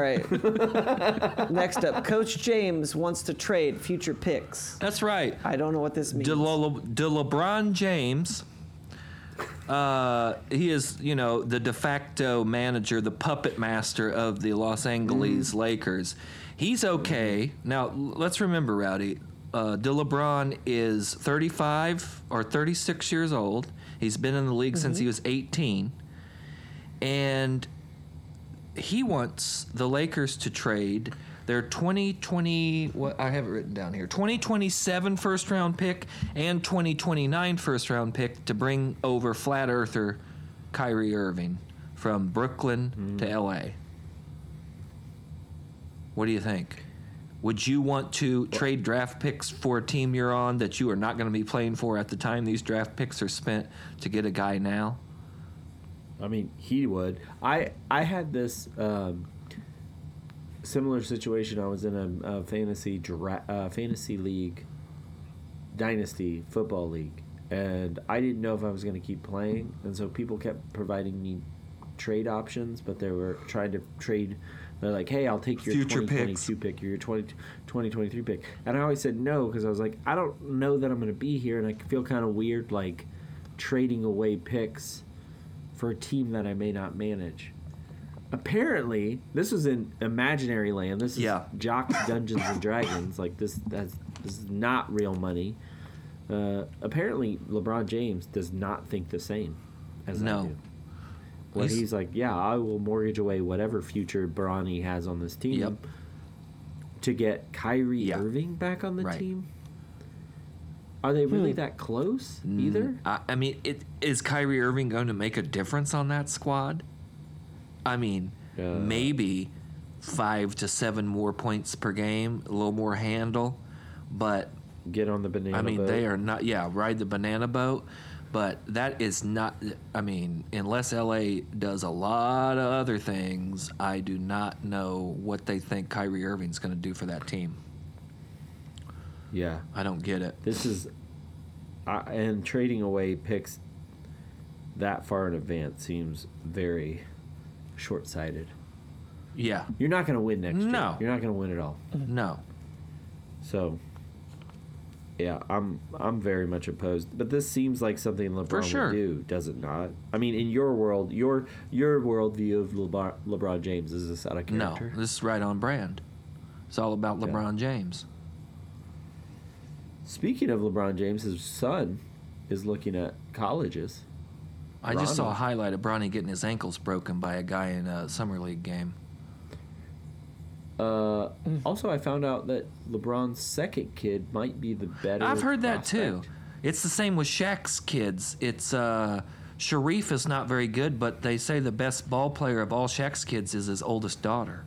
C: right. Next up, Coach James wants to trade future picks.
B: That's right.
C: I don't know what this means.
B: De, Le- De LeBron James. Uh, he is, you know, the de facto manager, the puppet master of the Los Angeles Lakers. He's okay. Now, l- let's remember, Rowdy. Uh, De LeBron is 35 or 36 years old. He's been in the league since he was 18. And he wants the Lakers to trade their 2020 what I have it written down here 2027 first round pick and 2029 first round pick to bring over flat earther Kyrie Irving from Brooklyn to LA. What do you think? Would you want to trade draft picks for a team you're on that you are not going to be playing for at the time these draft picks are spent to get a guy now?
A: I mean, he would. I I had this um, similar situation. I was in a, a fantasy dra- uh, fantasy league, dynasty football league, and I didn't know if I was going to keep playing, and so people kept providing me trade options, but they were trying to trade. They're like, "Hey, I'll take your
B: Future picks.
A: 2022 pick, or your 20, 2023 pick," and I always said no because I was like, "I don't know that I'm going to be here, and I feel kind of weird like trading away picks for a team that I may not manage." Apparently, this was in imaginary land. This is
B: Yeah.
A: Jock's Dungeons and Dragons. Like this, that's this is not real money. Uh, apparently, LeBron James does not think the same as I
B: No.
A: do. When he's,
B: He's-
A: like, "Yeah, I will mortgage away whatever future Bronny has on this team
B: Yep.
A: to get Kyrie
B: Yeah.
A: Irving back on the
B: Right. Hmm.
A: team." Are they really that close? Either
B: I, I mean, it, is Kyrie Irving going to make a difference on that squad? I mean,
A: Uh.
B: maybe five to seven more points per game, a little more handle, but
A: get on the banana.
B: I mean,
A: boat.
B: they are not. Yeah, ride the banana boat, but that is not. I mean, unless LA does a lot of other things, I do not know what they think Kyrie Irving's going to do for that team.
A: Yeah,
B: I don't get it.
A: this is, I and trading away picks that far in advance seems very short-sighted.
B: Yeah,
A: You're not going to win next year.
B: No.
A: You're not going to win at all.
B: no,
A: So yeah, I'm I'm very much opposed. But this seems like something LeBron
B: sure.
A: would do, does it not? I mean, in your world, your your worldview of LeBron, LeBron James is this out of
B: no.
A: character?
B: This is right on brand. It's all about
A: Yeah.
B: LeBron James.
A: Speaking of LeBron James, his son is looking at colleges.
B: I just saw a
A: Bronny.
B: highlight of Bronny getting his ankles broken by a guy in a summer league game.
A: Uh, also, I found out that LeBron's second kid might be the better.
B: I've heard that too.
A: prospect.
B: It's the same with Shaq's kids. It's uh, Sharif is not very good, but they say the best ball player of all Shaq's kids is his oldest daughter.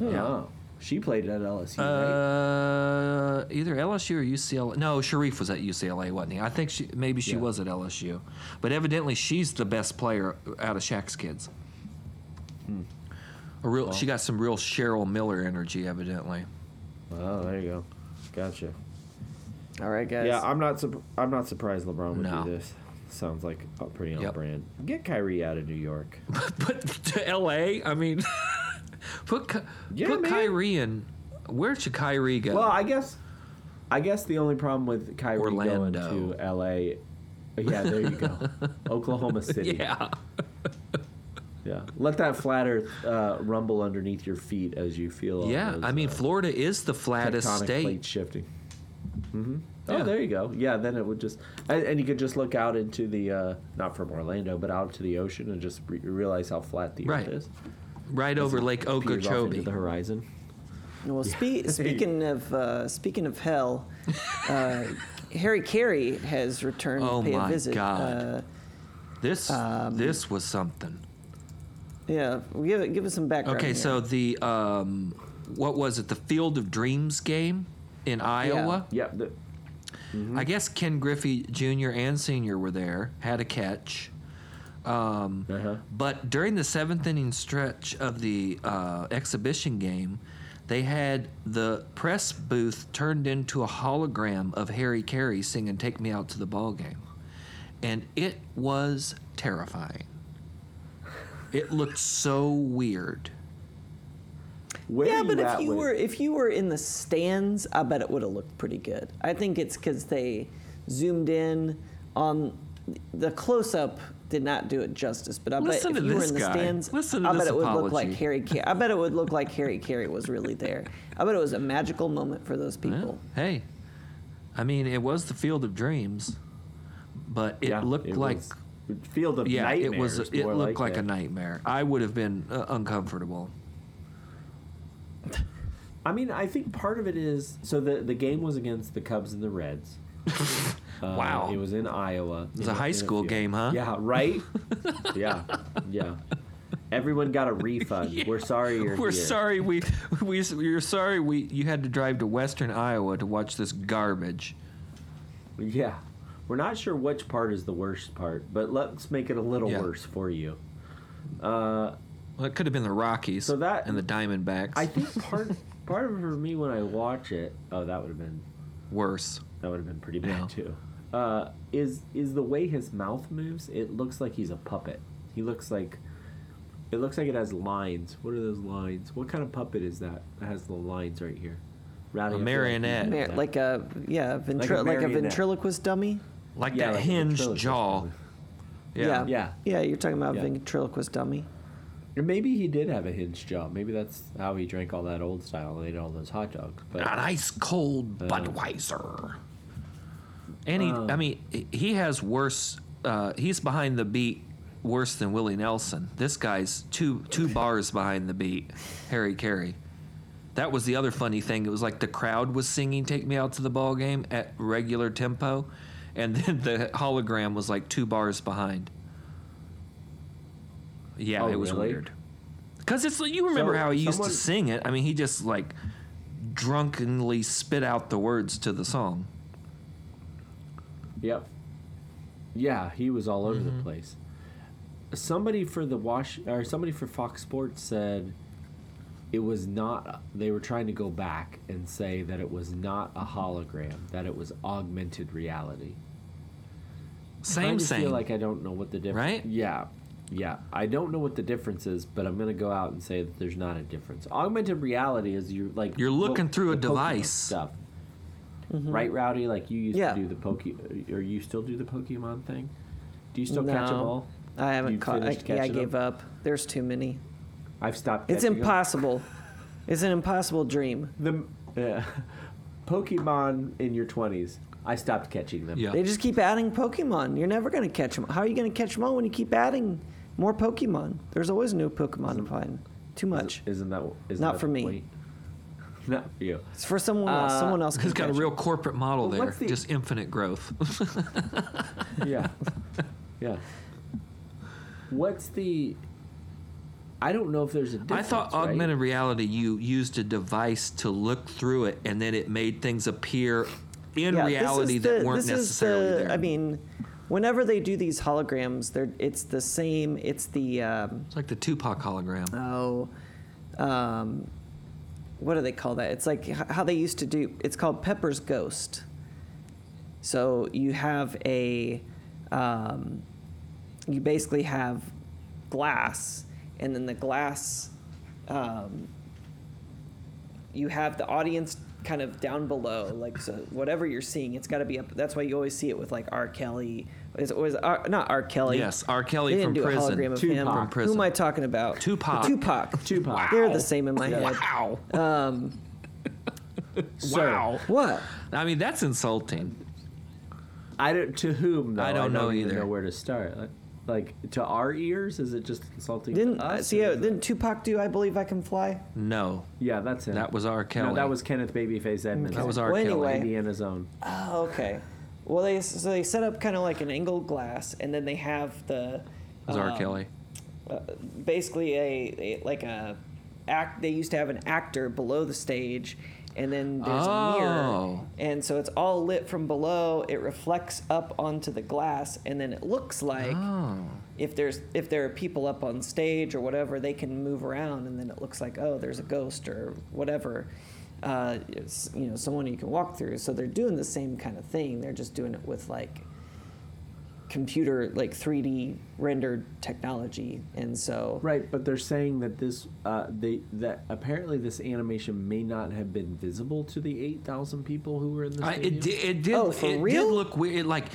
A: Yeah, Oh, she played at LSU. right?
B: Uh, either LSU or UCLA. No, Sharif was at UCLA, wasn't he? I think she maybe she
A: Yeah.
B: was at LSU, but evidently she's the best player out of Shaq's kids.
A: Hmm.
B: A real, she got some real Cheryl Miller energy, evidently.
A: Oh, there you go. Gotcha.
C: All right, guys.
A: Yeah, I'm not. Sur- I'm not surprised LeBron would
B: No.
A: do this. Sounds like a pretty on
B: Yep.
A: brand. Get Kyrie out of New York.
B: But to L.A., I mean, put Ky-
A: Yeah,
B: put
A: man.
B: Kyrie in. Where should Kyrie go?
A: Well, I guess. I guess the only problem with Kyrie
B: Orlando.
A: going to L.A. Yeah, there you go. Oklahoma City.
B: yeah,
A: Yeah. Let that flat Earth uh, rumble underneath your feet as you feel. all
B: yeah.
A: those,
B: I mean,
A: uh,
B: Florida is the flattest
A: tectonic
B: state. Mm-hmm.
A: plates shifting. hmm Oh,
B: Yeah.
A: there you go. Yeah, then it would just, and, and you could just look out into the, uh, not from Orlando, but out to the ocean and just re- realize how flat the
B: Right.
A: earth is.
B: Right over Lake
A: Peers off into
B: Okeechobee.
A: the horizon.
C: Well, spe- speaking of uh, speaking of hell, uh, Harry Carey has returned
B: Oh
C: to pay
B: my
C: a visit.
B: God.
C: Uh,
B: This
A: Um,
B: this was something.
C: yeah, give it, give us some background.
B: Okay,
C: here.
B: so the um, what was it? The Field of Dreams game in Iowa.
A: Yeah, Mm-hmm. the,
B: I guess Ken Griffey Jr. and Sr. were there. Had a catch.
A: uh-huh.
B: But during the seventh inning stretch of the uh, exhibition game, they had the press booth turned into a hologram of Harry Carey singing "Take Me Out to the Ball Game," and it was terrifying. It looked so weird.
A: Where
C: yeah,
A: are
C: but if
A: at
C: you
A: with-
C: were if you were in the stands, I bet it would have looked pretty good. I think it's because they zoomed in on the close up did not do it justice, but I
B: Listen
C: bet
B: to
C: if you were
B: this
C: in the
B: guy.
C: stands,
B: Listen to
C: I
B: this
C: bet it would look like
B: apology.
C: Harry. Carey. I bet it would look like Harry Carey was really there. I bet it was a magical moment for those
B: Yeah.
C: people.
B: Hey, I mean, it was the Field of Dreams, but it
A: Yeah,
B: looked
A: it
B: like
A: was- field of
B: yeah,
A: nightmares.
B: it was. It
A: more
B: looked like, a
A: that.
B: nightmare. I would have been uh, uncomfortable.
A: I mean, I think part of it is so the the game was against the Cubs and the Reds. Uh,
B: Wow.
A: It was in Iowa. It
B: was a high school game, huh?
A: Yeah, right? yeah, yeah. Everyone got a refund. We're sorry you're
B: We're
A: here.
B: sorry we we we're sorry we you had to drive to Western Iowa to watch this garbage.
A: Yeah. We're not sure which part is the worst part, but let's make it a little
B: Yeah.
A: worse for you.
B: Well, it could have been the Rockies
A: So that-
B: and the Diamondbacks.
A: I think part part of it for me when I watch it, oh, that would have been
B: worse.
A: that would have been pretty bad
B: Yeah.
A: too. uh, is is the way his mouth moves. It looks like he's a puppet. He looks like it looks like it has lines. What are those lines? What kind of puppet is that? That has the lines right here. Rowdy, I feel like you
B: marionette.
A: know
C: Mar-
A: that.
C: like a yeah, ventri-
A: a
C: like, a
A: marionette.
C: ventriloquist dummy.
B: Like
A: Yeah,
B: that
A: like a
B: hinge
A: ventriloquist
B: jaw.
A: dummy.
B: Yeah.
C: yeah,
A: Yeah.
C: You're talking about
A: Yeah.
C: ventriloquist dummy.
A: Or maybe he did have a hinge jaw. Maybe that's how he drank all that old style and ate all those hot dogs. But
B: An ice cold Budweiser. Uh, And he,
A: Oh.
B: I mean, he has worse. Uh, he's behind the beat worse than Willie Nelson. This guy's two two bars behind the beat. Harry Carey. That was the other funny thing. It was like the crowd was singing "Take Me Out to the Ball Game" at regular tempo, and then the hologram was like two bars behind. Yeah,
A: Oh,
B: it was
A: really?
B: weird. Because it's like- you remember
A: So,
B: how he used
A: someone-
B: to sing it. I mean, he just like drunkenly spit out the words to the song.
A: Yep. Yeah, he was all over the place. Somebody for the wash or somebody for Fox Sports said it was not they were trying to go back and say that it was not a hologram, that it was augmented reality.
B: Same,
A: Kinda
B: same.
A: feel like I don't know what the difference
B: Right?
A: Yeah. Yeah. I don't know what the difference is, but I'm gonna go out and say that there's not a difference. Augmented reality is you like
B: You're looking
A: what-
B: through a
A: the Pokemon
B: device.
A: stuff. Right, Rowdy? Like you used
C: Mm-hmm. Yeah.
A: to do the Poke or you still do the Pokemon thing? Do you still catch them
C: No.
A: all?
C: I
A: You
C: haven't caught. I,
A: finished
C: yeah, I
A: catching
C: gave
A: them?
C: up. There's too many.
A: I've stopped
C: It's
A: catching 'em.
C: impossible. it's an impossible dream.
A: The yeah. Pokemon in your twenties. I stopped catching them.
B: Yeah.
C: They just keep adding Pokemon. You're never going to catch them. How are you going to catch them all when you keep adding more Pokemon? There's always new Pokemon to find. Too much.
A: Isn't that isn't
C: Not
A: that
C: for
A: the
C: me.
A: point? Not for you.
C: It's for someone else.
A: Uh,
C: someone else can
B: He's got a
C: catch
B: real corporate model
A: Well,
B: there.
A: what's the-
B: Just infinite growth.
A: yeah. Yeah. What's the I don't know if there's a
B: I
A: difference.
B: thought
A: right?
B: augmented reality, you used a device to look through it, and then it made things appear in
C: Yeah, this is
B: reality
C: the-
B: that weren't
C: this is
B: necessarily
C: the-
B: there.
C: I mean, whenever they do these holograms, they're it's the same. It's the um,
B: it's like the Tupac hologram.
C: oh, um, what do they call that? It's like h- how they used to do. It's called Pepper's Ghost. So you have a, um, you basically have glass, and then the glass, um, you have the audience kind of down below, like so whatever you're seeing, it's got to be up. That's why you always see it with like R. Kelly. It's always R, not R. Kelly.
B: Yes, R. Kelly
C: They didn't
B: from
C: do
B: prison.
C: A hologram of
A: Tupac.
C: him.
B: From
C: Who
B: prison.
C: am I talking about?
B: Tupac.
C: Tupac.
A: Tupac. Wow.
C: They're the same in my head.
B: Wow.
A: Um, So,
B: wow.
C: What?
B: I mean, that's insulting.
A: I don't to whom though,
B: I don't know
A: even
B: either.
A: know where to start. Like, like, to our ears, is it just insulting? to
C: Didn't
A: us,
C: see?
A: or
C: uh, how-
A: is it-
C: Didn't Tupac do "I Believe I Can Fly"?
B: No.
A: yeah, that's him.
B: That was R. Kelly.
A: No, that was Kenneth Babyface Edmonds.
B: That was
C: Okay.
B: R.
C: Well,
B: Kelly.
C: anyway.
A: Indiana's own.
C: Oh, okay. Well, they so they set up kind of like an angled glass, and then they have the
B: It was R.
C: um,
B: Kelly.
C: uh, basically a, a like a act. They used to have an actor below the stage, and then there's a mirror,
B: Oh.
C: and so it's all lit from below. It reflects up onto the glass, and then it looks like
B: Oh.
C: if there's if there are people up on stage or whatever, they can move around, and then it looks like oh, there's a ghost or whatever. Uh, it's, you know, someone you can walk through. So they're doing the same kind of thing. They're just doing it with like computer, like 3D rendered technology, and so
A: Right, but they're saying that this, uh, they that apparently this animation may not have been visible to the eight thousand people who were in the
B: I,
A: stadium.
B: it, di- it did.
C: Oh, for
B: it
C: real?
B: did look weird. It, like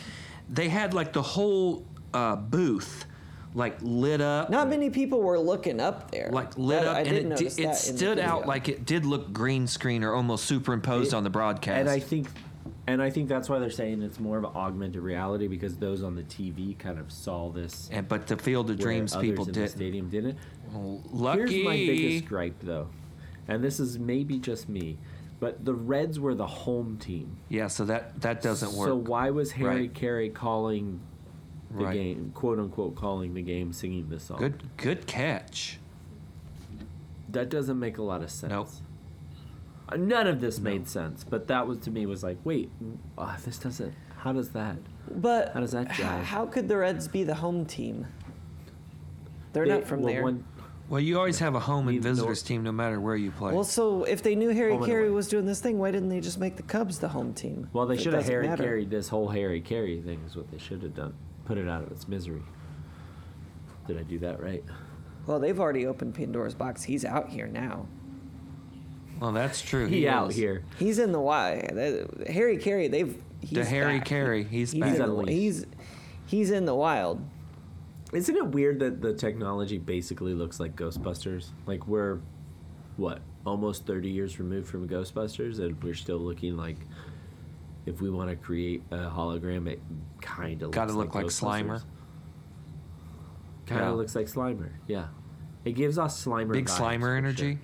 B: they had like the whole uh, booth like lit up.
C: not many people were looking up there.
B: like lit
C: That-
B: up
C: I
B: and
C: did
B: it,
C: notice
B: di- it
C: that in the
B: stood out
C: video.
B: like it did look green screen or almost superimposed
A: It-
B: on the broadcast.
A: and I think, and I think that's why they're saying it's more of augmented reality because those on the TV kind of saw this.
B: And- but the Field of
A: where
B: Dreams
A: others
B: people
A: in the
B: did.
A: stadium didn't.
B: Lucky.
A: Here's my biggest gripe, though, and this is maybe just me, but the Reds were the home team.
B: yeah, so that that doesn't work.
A: So why was Harry
B: Right.
A: Carey calling the
B: Right.
A: game, quote unquote, calling the game, singing this song?
B: Good good catch.
A: That doesn't make a lot of sense.
B: Nope.
A: Uh, None of this made sense, but that was to me was like, wait, uh, this doesn't. How does that?
C: but
A: How does that
C: h-
A: jive?
C: How could the Reds be the home team? They're
A: They-
C: not from
A: well,
C: there.
A: One,
B: Well, you always have a home and
A: Neither
B: visitors
A: nor-
B: team no matter where you play.
C: Well, so if they knew Harry
A: Home and
C: Carey
A: away.
C: was doing this thing, why didn't they just make the Cubs the home team?
A: Well, they
C: It
A: should have
C: doesn't
A: Harry
C: matter.
A: carried this whole Harry Carey thing is what they should have done. Put it out of its misery. Did I do that right?
C: Well, they've already opened Pandora's box. He's out here now.
B: Well, that's true.
A: He, out
B: is.
A: here.
C: He's in the Y. That- Harry Carey, they've he's
B: To Harry
C: back.
B: Carey, he's,
C: He's
B: back.
C: in, the,
A: unleashed.
C: he's he's in the wild.
A: Isn't it weird that the technology basically looks like Ghostbusters? Like we're what almost 30 years removed from Ghostbusters, and we're still looking like if we want to create a hologram, it kind of
B: Gotta look like Slimer.
A: Kind of
B: Yeah.
A: looks like Slimer. Yeah, it gives off Slimer.
B: Big
A: vibes, for
B: Slimer
A: sure.
B: energy.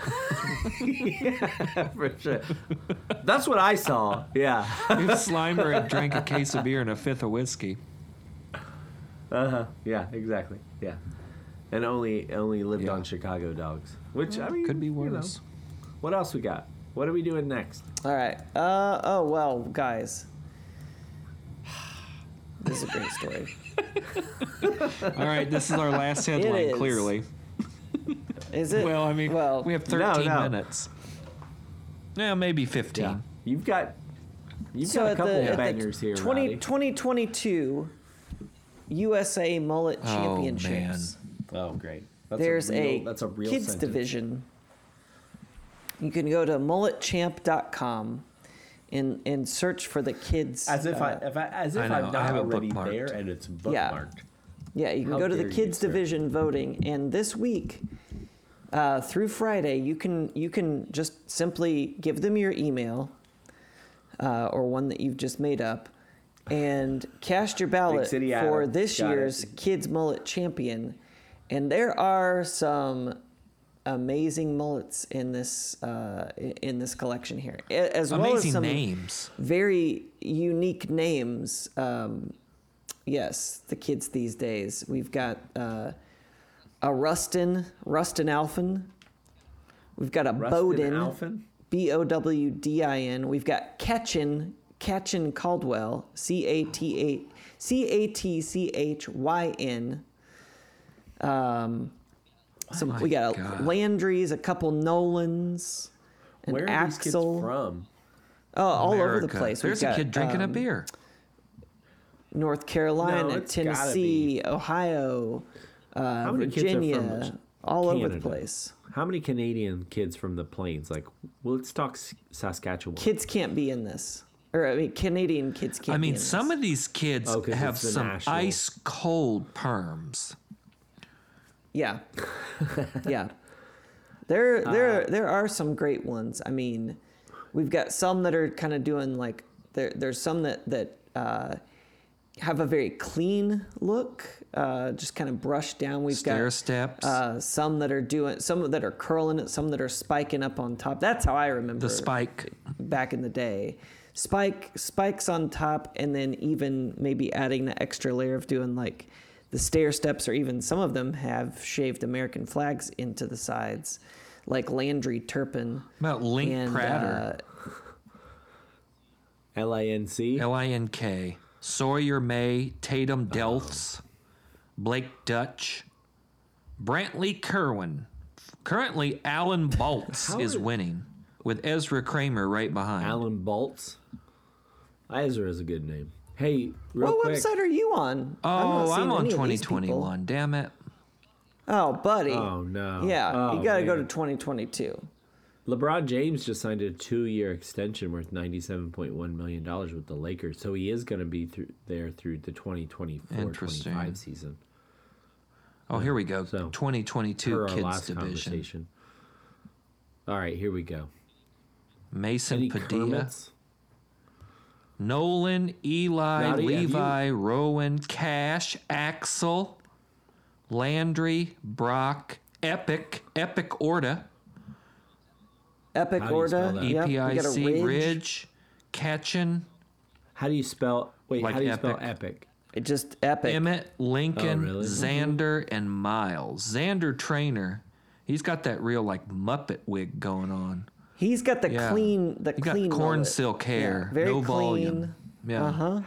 A: yeah, for sure. That's what I saw. Yeah.
B: if Slimer had drank a case of beer and a fifth of whiskey,
A: Uh huh. Yeah. Exactly. Yeah. And only only lived
B: Yeah.
A: on Chicago dogs, which I mean
B: could be
A: you know.
B: worse.
A: What else we got? What are we doing next?
C: All right. Uh oh well, guys. This is a great story.
B: All right, this is our last headline.
C: is.
B: Clearly,
C: Is it?
B: well, I mean,
C: well,
B: we have
A: no,
B: 13
A: no.
B: minutes. Yeah, maybe 15.
A: You've got you've got a couple
C: at
A: of bangers here.
C: 20
A: Rowdy.
C: 2022 USA Mullet
B: Oh,
C: Championships.
A: Oh, great. That's
C: There's
A: a,
C: a,
A: real, that's a real
C: kids
A: sentence.
C: division. You can go to mulletchamp.com and and search for the kids.
A: As if I,
C: uh,
A: if I as if
B: I know,
A: I'm
B: I
A: not
B: have it
A: already
B: bookmarked.
A: there and it's bookmarked.
C: Yeah. Yeah, you can
A: How
C: go to the
A: dare you,
C: kids
A: sir.
C: division voting, and this week uh, through Friday, you can you can just simply give them your email uh, or one that you've just made up, and cast your ballot
A: City
C: for
A: Adam.
C: this
A: Got it.
C: year's kids mullet champion. And there are some amazing mullets in this uh, i- in this collection here, a- as well as
B: Amazing
C: some
B: names.
C: very unique names. Um, yes, the kids these days. We've got uh, a Rustin, Rustin Alphen. We've got a
A: Rustin
C: Bowden,
A: Alphen?
C: B O W D I N. We've got Ketchin, Ketchin Caldwell, C A T A C A T C H Y N. Um, some, we got a
B: God.
C: Landry's, a couple Nolans, an
A: Where are these kids
C: Axel.
A: from?
C: Oh, all over the
B: America.
C: place. We've
B: There's
C: got,
B: a kid drinking a
C: um,
B: beer.
C: North Carolina,
A: No, it's gotta
C: Tennessee, Ohio, uh,
A: How many kids are from
C: Virginia, all over the
A: Canada?
C: place.
A: How many Canadian kids from the plains? Like, well, let's talk S- Saskatchewan.
C: Kids can't be in this, or I mean, Canadian kids can't.
B: I
C: be
B: mean,
C: in this.
B: some of these kids
A: Oh, 'cause
B: have
A: it's the
B: some
A: national.
B: ice cold perms.
C: yeah, yeah. There,
B: Uh,
C: there, there are some great ones. I mean, we've got some that are kind of doing like there. There's some that that uh, have a very clean look, uh, just kind of brushed down. We've
B: Stair
C: got
B: steps.
C: uh, some that are doing some that are curling it, some that are spiking up on top. That's how I remember
B: the spike.
C: back in the day. Spike spikes on top, and then even maybe adding the extra layer of doing like the stair steps, or even some of them have shaved American flags into the sides, like Landry Turpin.
B: About Link
C: and,
B: Prater.
C: uh,
A: L I N C.
B: L I N K. Sawyer May, Tatum Delfts, Blake Dutch, Brantley Kerwin. Currently, Alan Baltz
A: How
B: is
A: are-
B: winning with Ezra Kramer right behind.
A: Alan Baltz. Ezra is a good name. Hey, real
C: what
A: quick.
C: website are you on? I'm not
B: oh,
C: seeing
B: I'm on
C: any of these people.
B: 2021. Damn it.
C: Oh, buddy.
A: Oh no.
C: Yeah,
A: Oh,
C: you got to go to
A: man.
C: 2022.
A: LeBron James just signed a two-year extension worth ninety-seven point one million dollars with the Lakers, so he is going to be through there through the 2024-25
B: Interesting.
A: season.
B: Oh, here we go.
A: So,
B: 2022
A: per our
B: Kids
A: last
B: Division.
A: conversation. All right, here we go.
B: Mason
A: Any
B: Padilla.
A: Kermits?
B: Nolan, Eli,
A: Rowdy, have
B: Levi, Rowan, Cash, Axel, Landry, Brock, Epic, Epic Orta,
C: Epic
A: How do you spell
C: Orda.
A: that? E
C: Yep, we got a
B: EPIC, Ridge, Ketchin,
A: How do you spell? Wait,
B: Like
A: how do you spell
B: epic.
A: epic?
C: It Just epic.
B: Emmett, Lincoln,
A: Oh, really?
B: Xander, and Miles. Xander Trainer, he's got that real like Muppet wig going on.
C: He's got the
B: Yeah.
C: clean, the
B: He got
C: clean
B: corn
C: mullet.
B: silk hair,
C: Yeah, very
B: no
C: clean.
B: volume. Yeah.
C: Uh huh.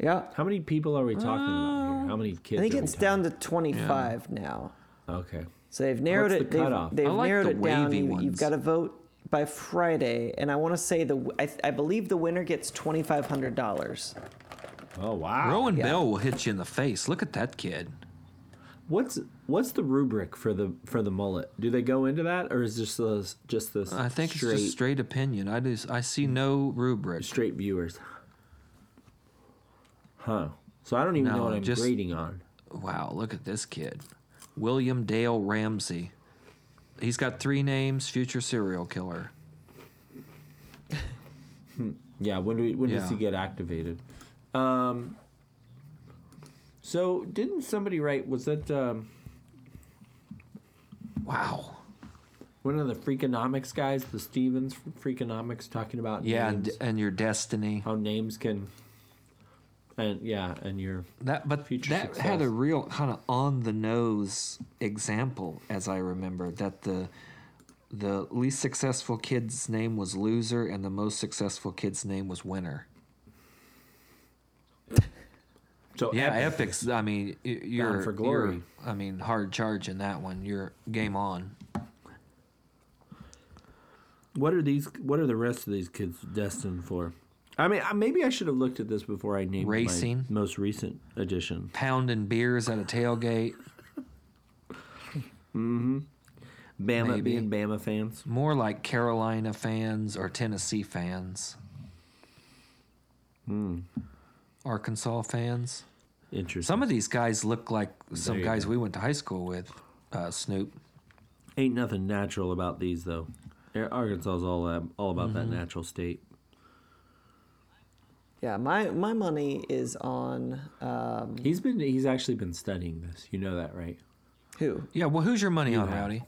C: Yeah,
A: How many people are we talking about here? How many kids?
C: Um, I think
A: are we
C: it's
A: talking-
C: down to 25 now.
A: Okay.
C: So they've narrowed
A: What's
C: it.
A: the
C: they've
A: cutoff?
C: they've
B: I like
C: narrowed
B: the
C: it down.
B: wavy
C: You,
B: ones.
C: have got to vote by Friday, and I want to say the I, I believe the winner gets twenty five hundred dollars.
A: Oh wow.
B: Rowan
C: yeah.
B: Bell will hit you in the face. Look at that kid.
A: What's what's the rubric for the for the mullet? Do they go into that, or is this the, just this?
B: I think
A: straight,
B: it's just straight opinion. I do. I see no rubric.
A: straight viewers. Huh. So I don't even know
B: No,
A: what I'm
B: just-
A: grading on.
B: Wow, look at this kid. William Dale Ramsey. He's got three names, future serial killer.
A: Yeah. When do we, when does
B: Yeah.
A: he get activated? Um. So didn't somebody write? Was that um,
B: Wow.
A: one of the Freakonomics guys, the Stevens from Freakonomics, talking about
B: Yeah, and,
A: names,
B: and your destiny.
A: how names can, and yeah, and your
B: That but
A: Future
B: that had a
A: success.
B: real kind of on the nose example as I remember that the the least successful kid's name was loser and the most successful kid's name was winner.
A: so
B: Yeah,
A: epic.
B: epics. I mean, y- you're,
A: for
B: you're-
A: glory.
B: I mean, hard charge in that one. You're game on.
A: What are these? What are the rest of these kids destined for? I mean, I- maybe I should have looked at this before I named
B: Racing.
A: my most recent edition.
B: Pounding beers at a tailgate.
A: Bama
B: Maybe.
A: being Bama fans.
B: More like Carolina fans or Tennessee fans.
A: Hmm.
B: Arkansas fans.
A: Interesting.
B: Some of these guys look like
A: There
B: some
A: you
B: guys
A: go.
B: we went to high school with, uh, Snoop.
A: Ain't nothing natural about these though. Ar- Arkansas is all um, all about
B: Mm-hmm.
A: that natural state.
C: Yeah, my my money is on um,
A: He's been he's actually been studying this. You know that, right?
C: who?
B: Yeah, well, who's your money on,
A: have.
B: Rowdy?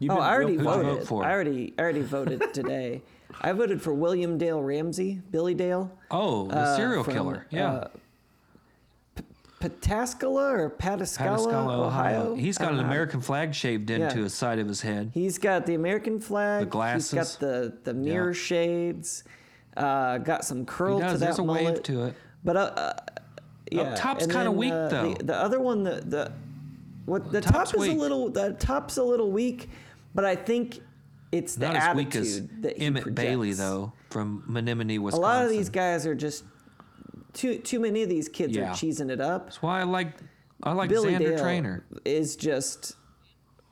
A: You've
C: Oh,
A: been
C: I
A: real
C: already
A: quick-
B: vote
C: voted.
B: for?
C: I already I already voted today. I voted for William Dale Ramsey, Billy Dale,
B: Oh, the
C: Uh,
B: serial
C: from,
B: killer. Yeah.
C: uh, Pataskala or Pataskala,
B: Pataskala,
C: Ohio.
B: He's
C: I
B: got
C: don't
B: an
C: know.
B: American flag shaved into
C: Yeah.
B: his side of his head.
C: He's got the American flag. He's
B: glasses.
C: got the the mirror shades. Uh, got some curl
B: He
C: to
B: does.
C: that
B: There's a
C: mullet.
B: wave to it.
C: But uh, uh, yeah,
B: top's
C: and
B: kinda
C: then,
B: weak,
C: uh,
B: though.
C: The, the other one, the the what the
B: Top's
C: top is
B: weak.
C: a little the top's a little weak, but I think it's the
B: Not as
C: attitude
B: weak as
C: that he
B: Emmett Bailey
C: projects.
B: though from Menominee,
C: A
B: Wisconsin.
C: lot of these guys are just too too many of these kids
B: Yeah.
C: are cheesing it up.
B: That's why I like I like
C: Billy
B: Xander
C: Dale
B: Trainer.
C: is just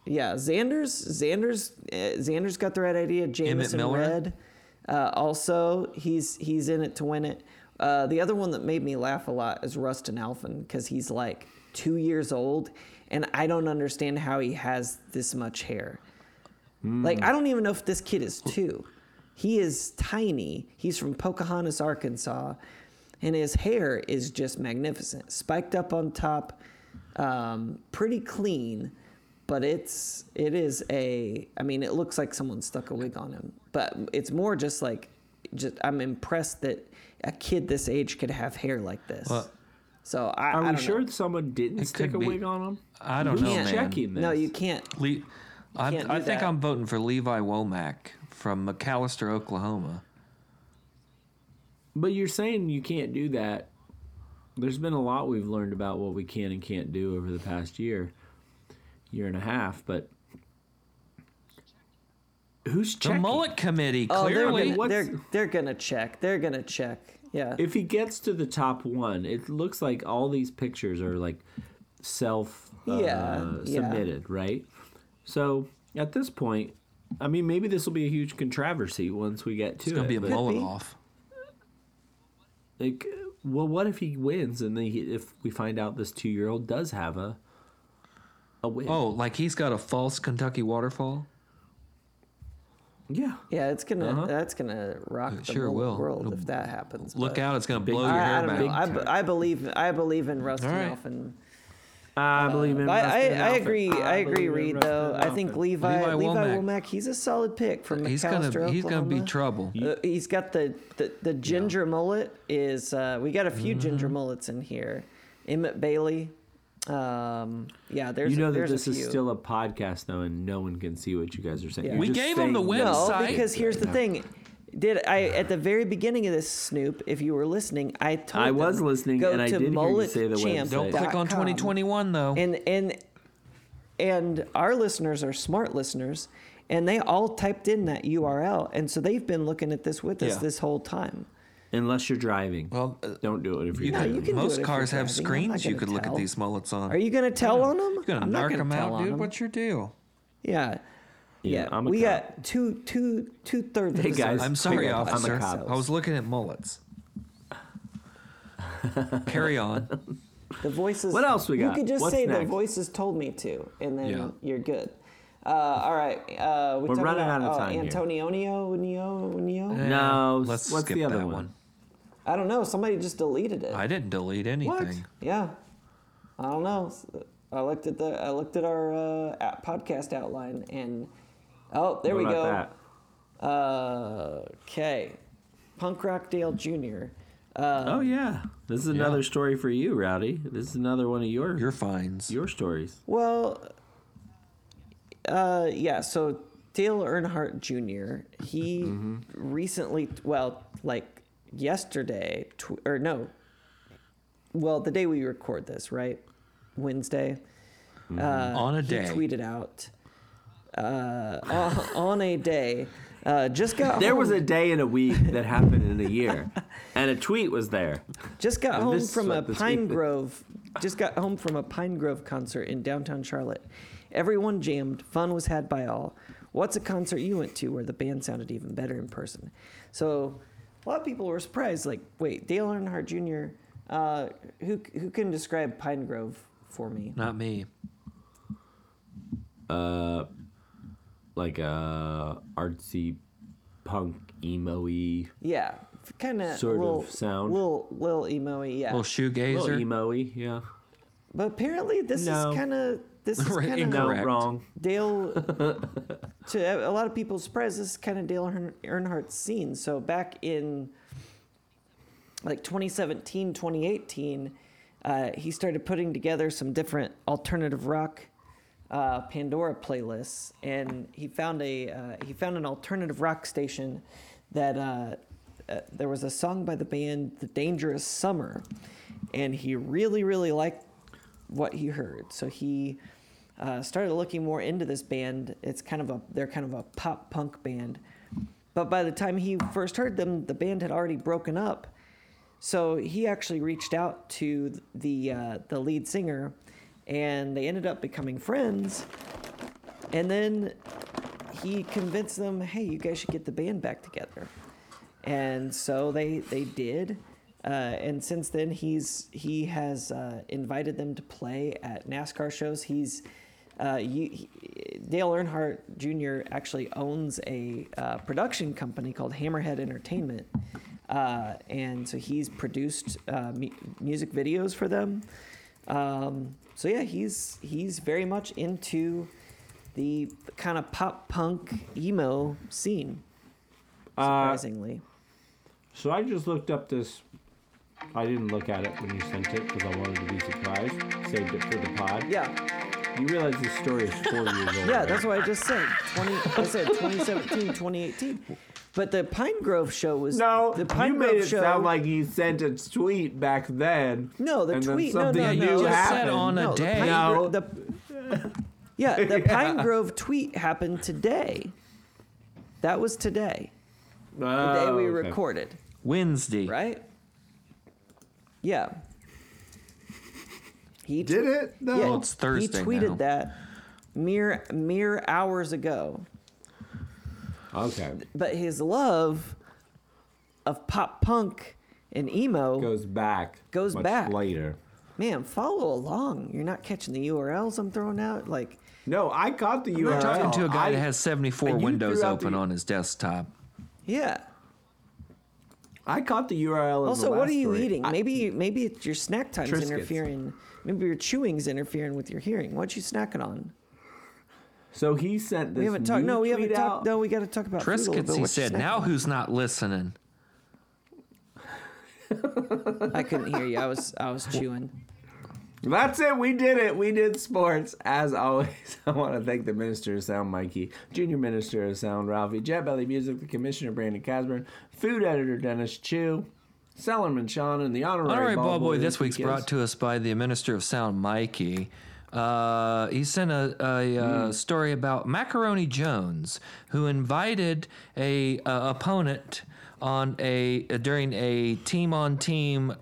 C: yeah. Xander's Xander's eh, Xander's got the right idea. Jameson
B: Miller?
C: Red. Uh, also, he's he's in it to win it. Uh, the other one that made me laugh a lot is Rustin Alphen because he's like two years old, and I don't understand how he has this much hair.
A: Mm-hmm.
C: Like I don't even know if this kid is two. He is tiny. He's from Pocahontas, Arkansas, and his hair is just magnificent. Spiked up on top, um, pretty clean, but it's it is a. I mean, it looks like someone stuck a wig on him, but it's more just like, just I'm impressed that a kid this age could have hair like this.
B: Well,
C: so I, I
A: Are we
C: don't
A: sure
C: know.
A: someone didn't
B: It
A: stick
B: could
A: a
B: be.
A: wig on him?
B: I don't
A: Who's
B: know, man.
A: checking this?
C: No, you can't.
B: Le- I,
C: can't do
B: I think
C: that.
B: I'm voting for Levi Womack from McAllister, Oklahoma.
A: But you're saying you can't do that. There's been a lot we've learned about what we can and can't do over the past year, year and a half, but who's
B: The
A: checking?
B: Mullet Committee,
C: Oh, they're
B: clearly.
A: what-
C: gonna,
A: what's-
C: they're they're gonna check. They're gonna check. Yeah.
A: If he gets to the top one, it looks like all these pictures are like self uh,
C: Yeah, yeah.
A: submitted, right? So at this point, I mean, maybe this will be a huge controversy once we get to
B: it's going
A: it,
B: to be a
A: but-
B: mullet
C: be.
B: off.
A: Like, well, what if he wins and then he, if we find out this two year old does have a a win?
B: Oh, like he's got a false Kentucky waterfall?
A: yeah.
C: Yeah, it's gonna
A: Uh-huh.
C: that's gonna rock
B: It
C: the
B: sure
C: whole
B: will.
C: world
B: It'll
C: if that happens.
B: Look
C: but-
B: out, it's going to blow your
C: I, I
B: hair
C: don't
B: back.
C: know. I, be- I believe I believe in Rustin
B: All right.
C: Alphen.
A: I believe in
C: Uh, I, I,
A: Rustin
C: I
A: Alphen.
C: agree. I, agree,
A: believe in
C: Reed.
A: Rustin
C: Though I think
A: Alphen.
C: Levi
B: Levi
C: Levi,
B: Womack.
C: Womack. he's a solid pick from
B: He's
C: McAllister,
B: gonna he's gonna be
C: Oklahoma.
B: trouble.
C: Uh, he's got the the, the ginger mullet. Is uh, we got a few ginger
B: Mm-hmm.
C: mullets in here. Emmett Bailey. Um, yeah, there's
A: You know that
C: there's
A: this
C: a
A: is
C: few.
A: still a podcast though, and no one can see what you guys are saying.
C: Yeah.
A: You're
B: We
A: just
B: gave 'em the
A: saying-
B: win.
C: No,
B: inside.
C: because here's the thing. Did I at the very beginning of this Snoop? If you were listening, I told
A: I
C: them,
A: was listening,
C: go
A: and I
C: to
A: did hear you say the website.
C: mulletchamp.com.
B: Don't click on 2021 though.
C: And and and our listeners are smart listeners, and they all typed in that URL, and so they've been looking at this with us
B: Yeah.
C: this whole time.
A: Unless you're driving.
B: Well, uh,
A: don't do it if you're
B: you
C: No,
B: could,
A: driving.
C: you can do it if
B: most
C: you're
B: cars have
C: driving. I'm not
B: screens you
C: gonna
B: could look at
C: tell.
B: these mullets on.
C: Are you gonna tell on them?
B: You're gonna
C: I'm not
B: narc
C: gonna
B: them
C: tell
B: out,
C: on
B: dude.
C: 'em.
B: What's your deal?
C: Yeah. Yeah,
A: I'm a
C: we
A: cop.
C: got two, two, two thirds.
A: Hey,
C: of this
A: guys.
C: earth.
B: I'm sorry,
A: I'm a
B: officer.
A: cop.
B: I was looking at mullets. Carry on.
C: The voices.
A: What else we got?
C: You could just
A: What's
C: say the
A: next?
C: voices told me to, and then
B: Yeah.
C: you're good. Uh, all right. Uh, we
A: We're
C: talked
A: running
C: about,
A: out of
C: uh,
A: time here. Uh,
C: Antonionio, Neo, Neo.
A: No,
B: Eh, let's
A: what's
B: skip
A: the other
B: that
A: one?
C: I don't know. Somebody just deleted it.
B: I didn't delete anything.
C: what? Yeah. I don't know. S- I looked at the. I looked at our uh, at- podcast outline, and oh, there
A: What
C: we
A: about
C: go.
A: that?
C: Uh, okay. Punk Rock Dale Jr. Uh,
A: Oh yeah, this is another story for you, Rowdy. This is another one of your
B: Your
A: your,
B: fines.
A: stories.
C: Well, uh, yeah. So Dale Earnhardt Jr. He
A: Mm-hmm.
C: recently, well, like yesterday, tw- or no, well, the day we record this, right? Wednesday.
B: on a
C: Uh, He
B: day.
C: tweeted out uh, on- on a day. Uh, just got
A: There
C: home,
A: was a day in a week that happened in a year, and a tweet was there.
C: just got home
A: this is
C: from
A: what
C: a
A: this
C: Pine
A: week is.
C: Grove just got home from a Pine Grove concert in downtown Charlotte. Everyone jammed, fun was had by all. What's a concert you went to where the band sounded even better in person? So a lot of people were surprised. Like, wait, Dale Earnhardt Jr. Uh, who who can describe Pine Grove for me?
B: Not me.
A: Like uh, artsy, punk, emo-y,
C: Yeah, kind of
A: Sort of
C: little,
A: sound.
C: little little emo. Yeah,
B: Little
A: little
B: shoegazer.
A: emo-y, yeah.
C: but apparently this
A: No.
C: is kind of this is
B: Right,
C: kind of
A: No,
B: Correct.
A: wrong.
C: Dale, to a lot of people's surprise, this is kind of Dale Earn- Earnhardt's scene. So back in like 2017, 2018, uh, he started putting together some different alternative rock uh, Pandora playlists, and he found a uh, he found an alternative rock station that uh, uh, there was a song by the band The Dangerous Summer, and he really really liked what he heard. So he uh, started looking more into this band. It's kind of a they're kind of a pop punk band, but by the time he first heard them, the band had already broken up. So he actually reached out to the uh, the lead singer, and they ended up becoming friends. And then he convinced them, "Hey, you guys should get the band back together." And so they they did. Uh, and since then, he's he has uh, invited them to play at NASCAR shows. He's uh, you, he, Dale Earnhardt Jr. actually owns a uh, production company called Hammerhead Entertainment, uh, and so he's produced uh, mu- music videos for them. Um, so yeah, he's he's very much into the kind of pop punk emo scene. Surprisingly,
F: Uh, So I just looked up this. I didn't look at it when you sent it because I wanted to be surprised. Saved it for the pod.
C: yeah,
F: You realize this story is four years old.
C: yeah,
F: right?
C: that's what I just said. Twenty, I said 2017, 2018. But the Pine Grove show was
F: No,
C: The Pine
F: you made
C: Grove
F: it
C: show,
F: sound like you sent a tweet back then.
C: no, the
F: and then
C: tweet, no, no,
F: something
C: no,
F: new
B: You just said
F: happened.
B: on a
C: no, the
B: day.
C: Pine
F: No.
C: Gro- the- yeah, the Pine Grove tweet happened today. That was today, the day we
F: Oh, okay.
C: recorded,
B: Wednesday.
C: right? Yeah. He
F: Did it though?
C: Yeah,
B: Well, it's Thursday
C: He tweeted
B: now.
C: that mere mere hours ago.
F: Okay.
C: But his love of pop punk and emo,
F: Goes back.
C: Goes
F: much
C: back.
F: later.
C: man, follow along. You're not catching the URLs I'm throwing out. Like,
F: No, I caught the URL.
B: We're talking to a guy
F: I-
B: that has 74
F: and you
B: windows
F: threw out
B: open
F: the-
B: on his desktop.
C: yeah.
F: I caught the URL. of
C: Also,
F: the
C: what
F: last
C: are you
F: story.
C: eating?
F: I-
C: maybe maybe it's your snack time's
F: Triscuits.
C: interfering. Maybe your chewing's interfering with your hearing. What you snacking on?
F: so he sent this.
C: We haven't talked.
F: new
C: No, we haven't
F: tweet
C: talked.
F: out.
C: No, we got to talk about food a
B: Triscuits,
C: little bit.
B: he
C: What you
B: said.
C: snacking
B: Now
C: on?
B: who's not listening?
C: I couldn't hear you. I was I was chewing.
F: That's it. We did it. We did sports. As always, I want to thank the Minister of Sound, Mikey, Junior Minister of Sound, Ralphie, Jet Belly Music, the Commissioner, Brandon Casburn, Food Editor, Dennis Chu, Sellerman Sean, and the Honorary,
B: Honorary
F: Ball
B: Ball Boy this
F: Enriquez.
B: week's brought to us by the Minister of Sound, Mikey. Uh, he sent a, a, uh
F: Hmm.
B: story about Macaroni Jones, who invited a, uh opponent on a uh, during a team on team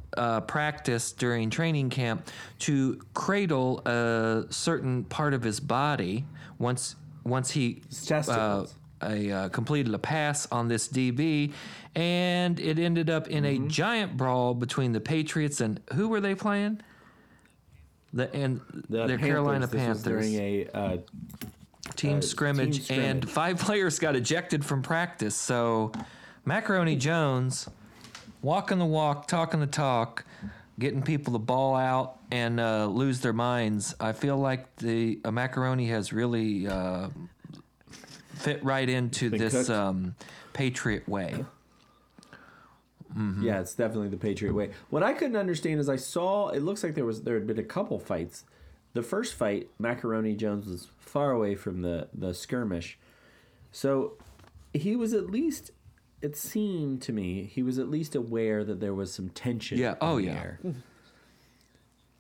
B: practice during training camp to cradle a certain part of his body once once he uh,
A: testicles.
B: a, uh, completed a pass on this DB, and it ended up in
A: Mm-hmm.
B: a giant brawl between the Patriots and who were they playing? The and
A: The
B: the Carolina
A: This was
B: Panthers
A: during a uh,
B: team, scrimmage,
A: team scrimmage.
B: and five players got ejected from practice. So Macaroni Jones walking the walk, talking the talk, getting people to ball out and uh, lose their minds. I feel like the uh, Macaroni has really uh, fit right into this
A: cooked.
B: um, Patriot way. Mm-hmm.
A: Yeah, it's definitely the Patriot way. What I couldn't understand is I saw it looks like there was there had been a couple fights. The first fight, Macaroni Jones was far away from the the skirmish, so he was at least. It seemed to me he was at least aware that there was some tension.
B: Yeah, oh,
A: in the
B: yeah.
A: air.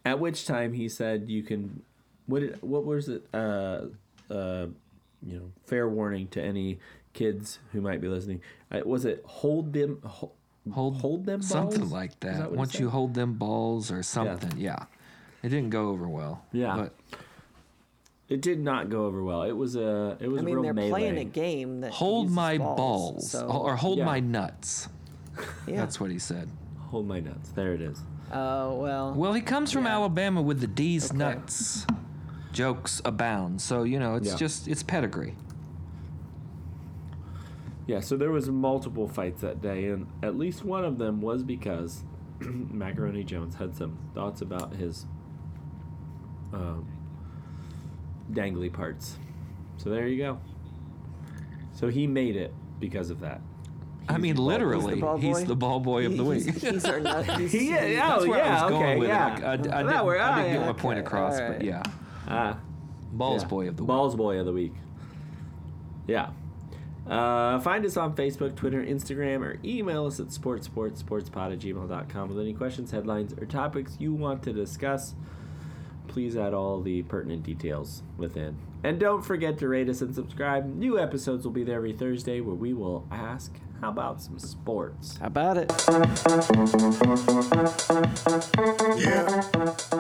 A: At which time he said, "You can." What did, what was it? Uh, uh, you know, fair warning to any kids who might be listening. Uh, was it hold them? Hold,
B: Hold,
A: Hold them
B: something
A: balls?
B: like
A: Is
B: that.
A: that what it
B: Once
A: said?
B: you hold them balls or something, yeah. It didn't go over well.
A: Yeah.
B: but
A: It did not go over well. It was a it was
C: I
A: a
C: mean,
A: real
C: they're
A: melee.
C: playing a game that
B: hold
C: uses
B: my balls,
C: so-
B: or hold
A: Yeah.
B: my nuts.
C: yeah.
B: That's what he said.
A: Hold my nuts. There it is.
C: Oh well.
B: Well, he comes from
C: Yeah.
B: Alabama with the D's nuts. Jokes abound. So, you know, it's
A: Yeah.
B: just, it's pedigree.
A: Yeah, so there was multiple fights that day, and at least one of them was because Macaroni Jones had some thoughts about his um, dangly parts. So there you go. So he made it because of that.
B: I mean, literally,
C: ball boy?
B: he's the ball boy of the
C: He's-
B: week.
C: He's our nut. He's,
A: He, oh,
B: That's where
A: yeah,
B: I was
A: okay,
B: going with
A: yeah.
B: it. I, I, I didn't,
A: Not where-
B: I
A: ah,
B: didn't get
A: yeah.
B: my point
C: okay,
B: across,
C: all
B: but
C: right.
B: yeah.
A: Ah.
B: Balls
A: Yeah.
B: boy of the week.
A: Balls boy of the week. Yeah. Uh, find us on Facebook, Twitter, Instagram, or email us at sportsportsportspod at gmail.com with any questions, headlines, or topics you want to discuss. Please add all the pertinent details within. And don't forget to rate us and subscribe. New episodes will be there every Thursday where we will ask, how about some sports?
C: How about it?
G: Yeah.